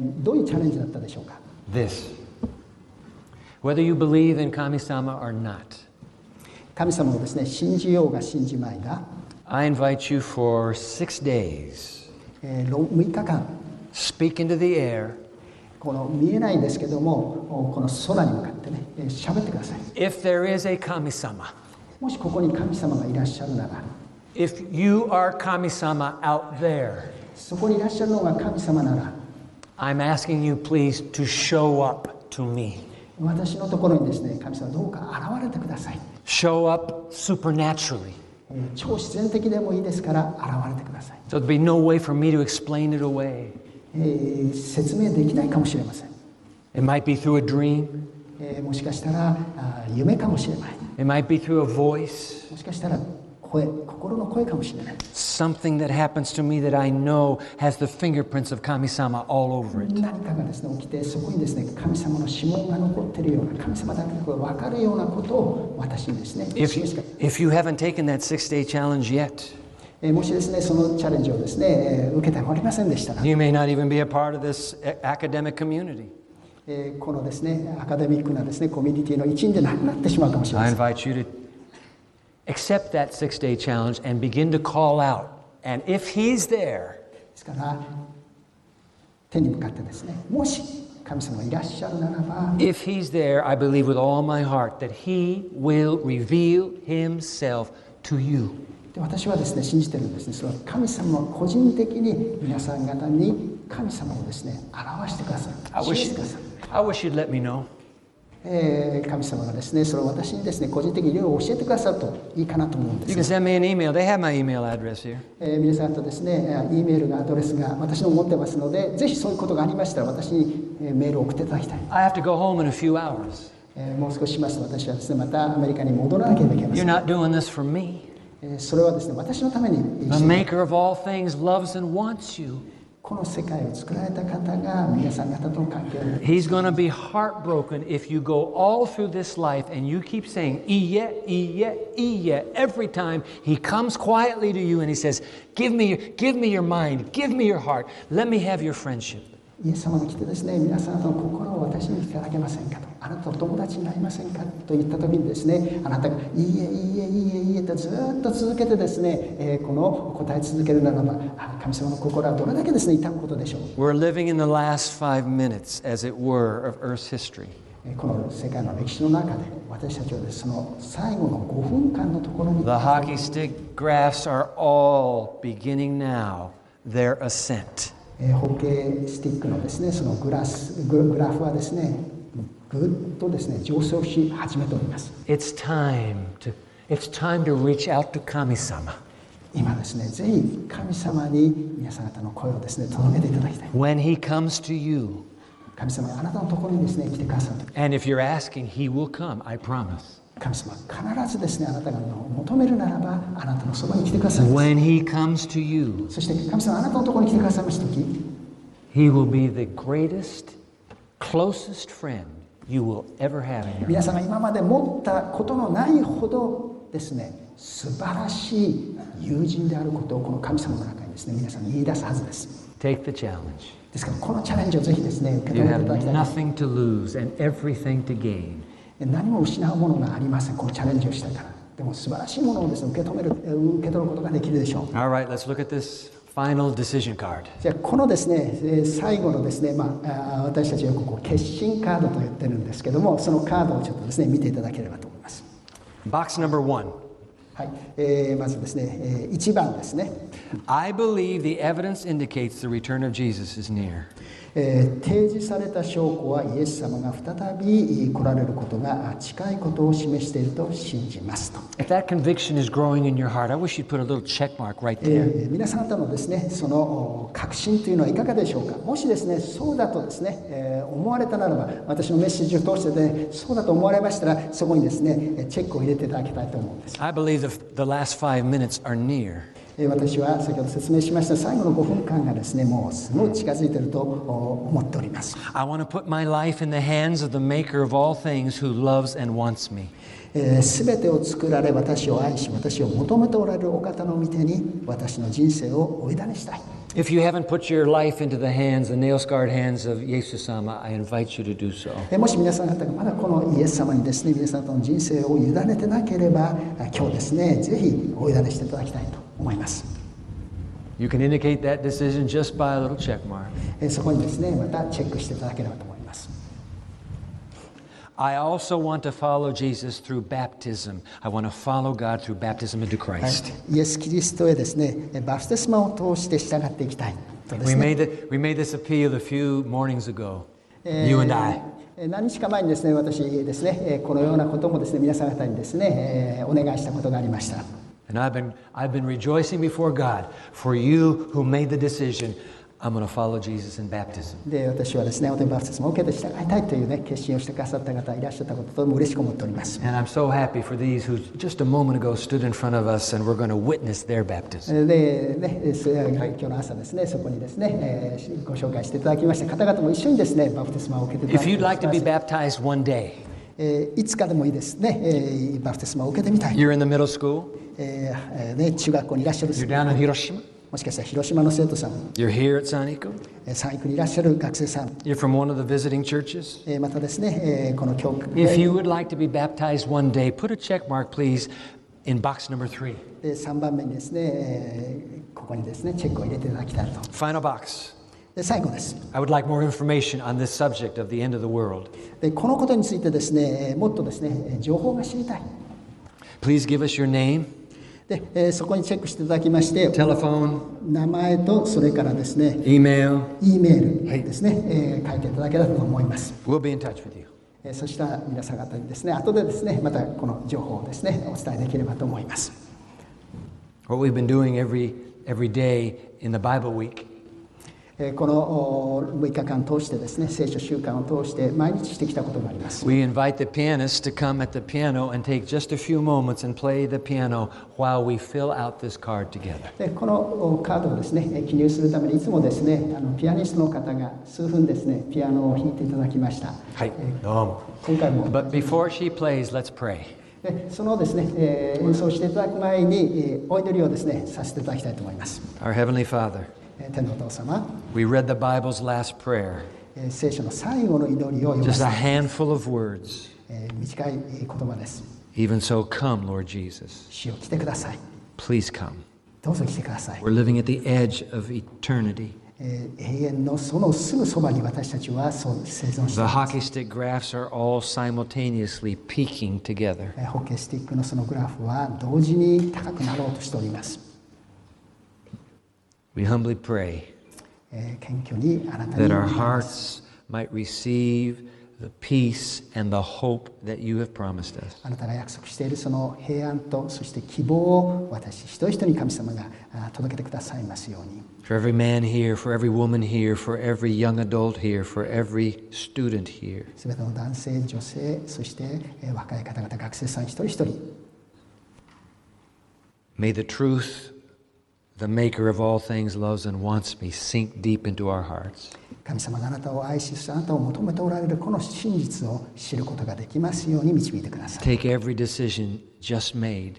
B: ーどういうチャレンジだったでしょうか
A: This. Whether you believe in kami sama or not,
B: 神様をですね信じようが信じまいが、
A: I invite you for six days,
B: え6日間
A: speak into the air.
B: この見えないですけどもおこの空に向かってねえー喋ってください
A: If there is a kami sama,
B: もしここに神様がいらっしゃるなら
A: if you are kami sama out there,
B: そこにいらっしゃるのが神様なら
A: I'm asking you please to show up to me.
B: 私のところにですね神様どうか現れてください、
A: Show up supernaturally.
B: えー超自然的でもいいですから現れてください、
A: So there'd be no way for me to explain it away.
B: えー説明できないかもしれません
A: It might be through a dream.
B: えーもしかしたらあー夢かもしれない
A: It might be through a voice,
B: もしかしたら声心の声かもしれない
A: something that happens to me that I know has the fingerprints of Kami-sama all over it.
B: 何かがですね起きてそこにですね神様の指紋が残ってるような神様だけが分かるようなことを私にですね
A: If
B: 示して
A: you, if you haven't taken that six day challenge yet,
B: えーもしですねそのチャレンジをですね、えー受けておりませんでしたら、
A: you may not even be a part of this a- academic community.
B: えーこのですねアカデミックなですねコミュニティの一員でなくなってしまうかもしれま
A: I
B: せん
A: invite you to accept that six day challenge and begin to call out. And if he's there,
B: ですから天に向かってですねもし神様がいらっしゃるならば
A: if he's there, I believe with all my heart that he will reveal himself to you.
B: で私はですね信じてるんですねそれは神様は個人的に皆さん方に神様をですね表してください
A: I
B: 示
A: wish,
B: してください、
A: I wish you'd let me know.
B: えー神様がですねそれを私にですね個人的にいろいろ教えてくださるといいかなと思うんで
A: You
B: す
A: can send me an email. They have my email address here.
B: えー皆さんとですね、えー E メールがアドレスが私の持ってますので、ぜひそういうことがありましたら、私にえーメールを送っていただきたい、
A: I have to go home in a few hours.
B: えーもう少ししますと、私はですねまたアメリカに戻らなければいけませ
A: You're
B: ん、
A: not doing this for me.
B: えーそれはですね私のために、
A: The maker of all things loves and wants you.
B: この世界を作られた方が皆さん方との関係を
A: He's going to be heartbroken if you go all through this life and you keep saying, Iye, Iye, Iye, every time he comes quietly to you and he says, Give me your, give me your mind, give me your heart, let me have your friendship.
B: イエス様が来てですね皆さんの心を私にいただけませんかとあなたと友達になりませんかと言った時にですねあなたが「いいえいいえいいえいいえ」とずっと続けてですね、えーこの答え続けるならばあ神様の心はどれだけですね痛むことでしょう
A: We're living in the last five minutes, as it were, of Earth's history.
B: えーこの世界の歴史の中で私たちはですねその最後の5分間のところに
A: The hockey stick graphs are all beginning now their ascent.
B: えーホッケースティックのですねそのグラスググラフはですねぐっとですね上昇し始めております
A: It's time to it's time to reach out to Kami-sama.
B: 今ですねぜひ神様に皆さん方の声をですね届けていただきたい
A: When he comes to you,
B: 神様があなたのところにですね来てくださる時
A: and if you're asking, he will come, I promise.
B: 神様は必ずですねあなたが求めるならばあなたのそばに来てくださいます
A: When he comes to you,
B: そして神様はあなたのところに来てくださいます時
A: he will be the greatest, closest friend you will ever have in your life.
B: 皆さんが今まで持ったことのないほどですね素晴らしい友人であることをこの神様の中にですね皆さん言い出すはずです
A: Take the challenge.
B: ですからこのチャレンジをぜひですね受け
A: You
B: 止めてい
A: have
B: ただきたいです
A: nothing to lose and everything to gain.
B: 何も失うものがありませんこのチャレンジをしたからでも素晴らしいものをですね受け止めるえー受け取ることができるでしょう
A: All right, let's look at this final decision card.
B: じゃあこのですね、えー最後のですね、まあ、あー私たちはよくこう決心カードと言ってるんですけどもそのカードをちょっとですね見ていただければと思います、
A: Box number one.
B: はいえーまずですね、え1番ですね、
A: I believe the evidence indicates the return of Jesus is near.
B: えー提示された証拠はイエス様が再び来られることがあ近いことを示していると信じますと、
A: If that conviction is growing in your heart, I wish you'd put a little check mark right
B: え
A: there.
B: ー皆さん方のですねそのお確信というのはいかがでしょうかもしですねそうだとですね、えー思われたならば私のメッセージを通してねそうだと思われましたらそこにですねえーチェックを入れていただきたいと思うんです
A: I believe the, the last five minutes are near.
B: えー私は先ほど説明しました最後の5分間がですねもうすごい近づいているとお思っております
A: I want to put my life in the hands of the maker of all things who loves and wants me.
B: えー全てを作られ私を愛し私を求めておられるお方の御手に私の人生をお委ねしたい
A: If you haven't put your life into the hands, the nail scarred hands of Jesus Sama, I invite you to do so.
B: えーもし皆さん方がまだこのイエス様にですね皆さんとの人生を委ねてなければあ今日ですねぜひお委ねしていただきたいと思います、
A: You can indicate that decision just by a little check mark.
B: えーそこにですねまたチェックしていただければと思います
A: I also want to follow Jesus through baptism. I want to follow God through baptism into
B: はい
A: Christ.
B: イエス・キリストへですねえーバプテスマを通して従っていきたいとです
A: We
B: ね
A: made, the, we made this appeal a few mornings ago, you and I.
B: えー何日か前にですね私ですねえーこのようなこともですね皆さん方にですね、えーお願いしたことがありました
A: And I've been, I've been rejoicing before God for you who made the decision I'm going to follow Jesus in baptism.
B: で私はですねお手バプテスマを受けて従いたいというね決心をしてくださった方いらっしゃったこととても嬉しく思っております
A: And I'm so happy for these who just a moment ago stood in front of us and we're going to witness their baptism.
B: でねえーすはい今日の朝ですねそこにですね、えーご紹介していただきました方々も一緒にですねバプテスマを受けていた
A: If
B: だき
A: you'd
B: ま
A: like
B: し
A: to
B: た
A: be baptized one day,
B: えーいつかでもいいですね、えーバプテスマを受けてみたい、
A: you're in the middle school,
B: えーえーね、中学校にいらっしゃる
A: you're down in Hiroshima,
B: もしかしたら広島の生徒さん、
A: you're here at San Eco,
B: えー、三育にいらっしゃる学生さん
A: you're from one of the visiting churches,
B: えーまたですね、えーこの教会
A: If you would like to be baptized one day, put a check mark, please, in box number three.
B: で3番目にですね、えーここにですねチェックを入れていただきたいと
A: Final box.
B: で最後です
A: I would like more information on this subject of the end of the world.
B: でこのことについてですねえーもっとですねえー情報が知りたい
A: Please give us your name,
B: で、えーそこにチェックしていただきまして
A: telephone,
B: 名前とそれからですね
A: email.
B: E メールですね、えー書いていただけたらと思います、
A: We'll be in touch with you.
B: えーそしたら皆さん方にですね後でですねまたこの情報をですねお伝えできればと思います
A: What we've been doing every, every day in the Bible week
B: えーこの6日間通してですね聖書習慣を通して毎日してきたことがあります
A: We invite the pianist to come at the piano and take just a few moments and play the piano while we fill out this card together.
B: でこのおカードをですねえ記入するためにいつもですねあのピアニストの方が数分ですねピアノを弾いていただきました
A: Hi.
B: 今回も
A: But before she plays, let's pray.
B: でそのですね、えー演奏していただく前に、えーお祈りをですねさせていただきたいと思います、
A: Our Heavenly Father.
B: えー天のお父様
A: We read the Bible's last prayer,
B: えー聖書の最後の祈りを読ま
A: just
B: せ
A: a
B: た、
A: handful of words.
B: えー短いえー言葉です
A: Even so, come, Lord Jesus.
B: 主を来てください
A: Please come.
B: どうぞ来てください
A: We're living at the edge of eternity.
B: えー永遠のそのすぐそばに私たちはそう生存してい
A: The
B: ます
A: hockey stick graphs are all simultaneously peaking together.
B: えーホッケースティックのそのグラフは同時に高くなろうとしております、
A: We humbly pray
B: えー謙虚にあなたに
A: that our hearts might receive the peace and the hope that you have promised us.
B: あなたが約束しているその平安とそして希望を私一人一人に神様があー届けてくださいますように
A: For every man here, for every woman here, for every young adult here, for every student here.
B: すべての男性女性そしてえー若い方々学生さん一人一人
A: May the truth, the maker of all things, loves and wants me, sink deep into our hearts.
B: 神様があなたを愛しそしてあなたを求めておられるこの真実を知ることができますように導いてください
A: Take every decision just made,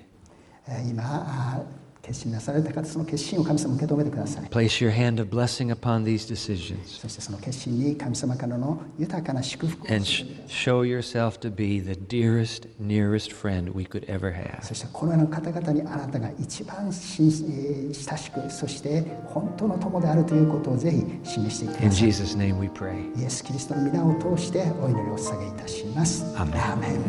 B: えー今あー決心なされた方その決心を神様受け止めてください
A: place your hand of blessing upon these decisions,
B: そしてその決心に神様からの豊かな祝福を
A: and sh- show yourself to be the dearest, nearest friend we could ever
B: そ
A: have.
B: してこのような方々にあなたが一番親しえー親しくそして本当の友であるということをぜひ示していきま
A: In
B: すイ
A: Jesus' name we pray.
B: エス・キリストの皆を通してお祈りをお捧げいたします。
A: アーメン
B: ーメン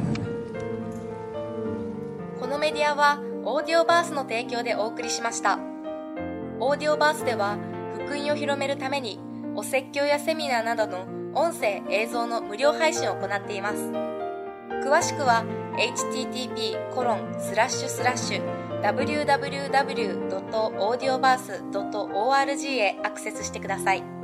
C: このメディアはオーディオバースの提供でお送りしました。オーディオバースでは福音を広めるためにお説教やセミナーなどの音声映像の無料配信を行っています。詳しくは http://www.audioverse.org へアクセスしてください。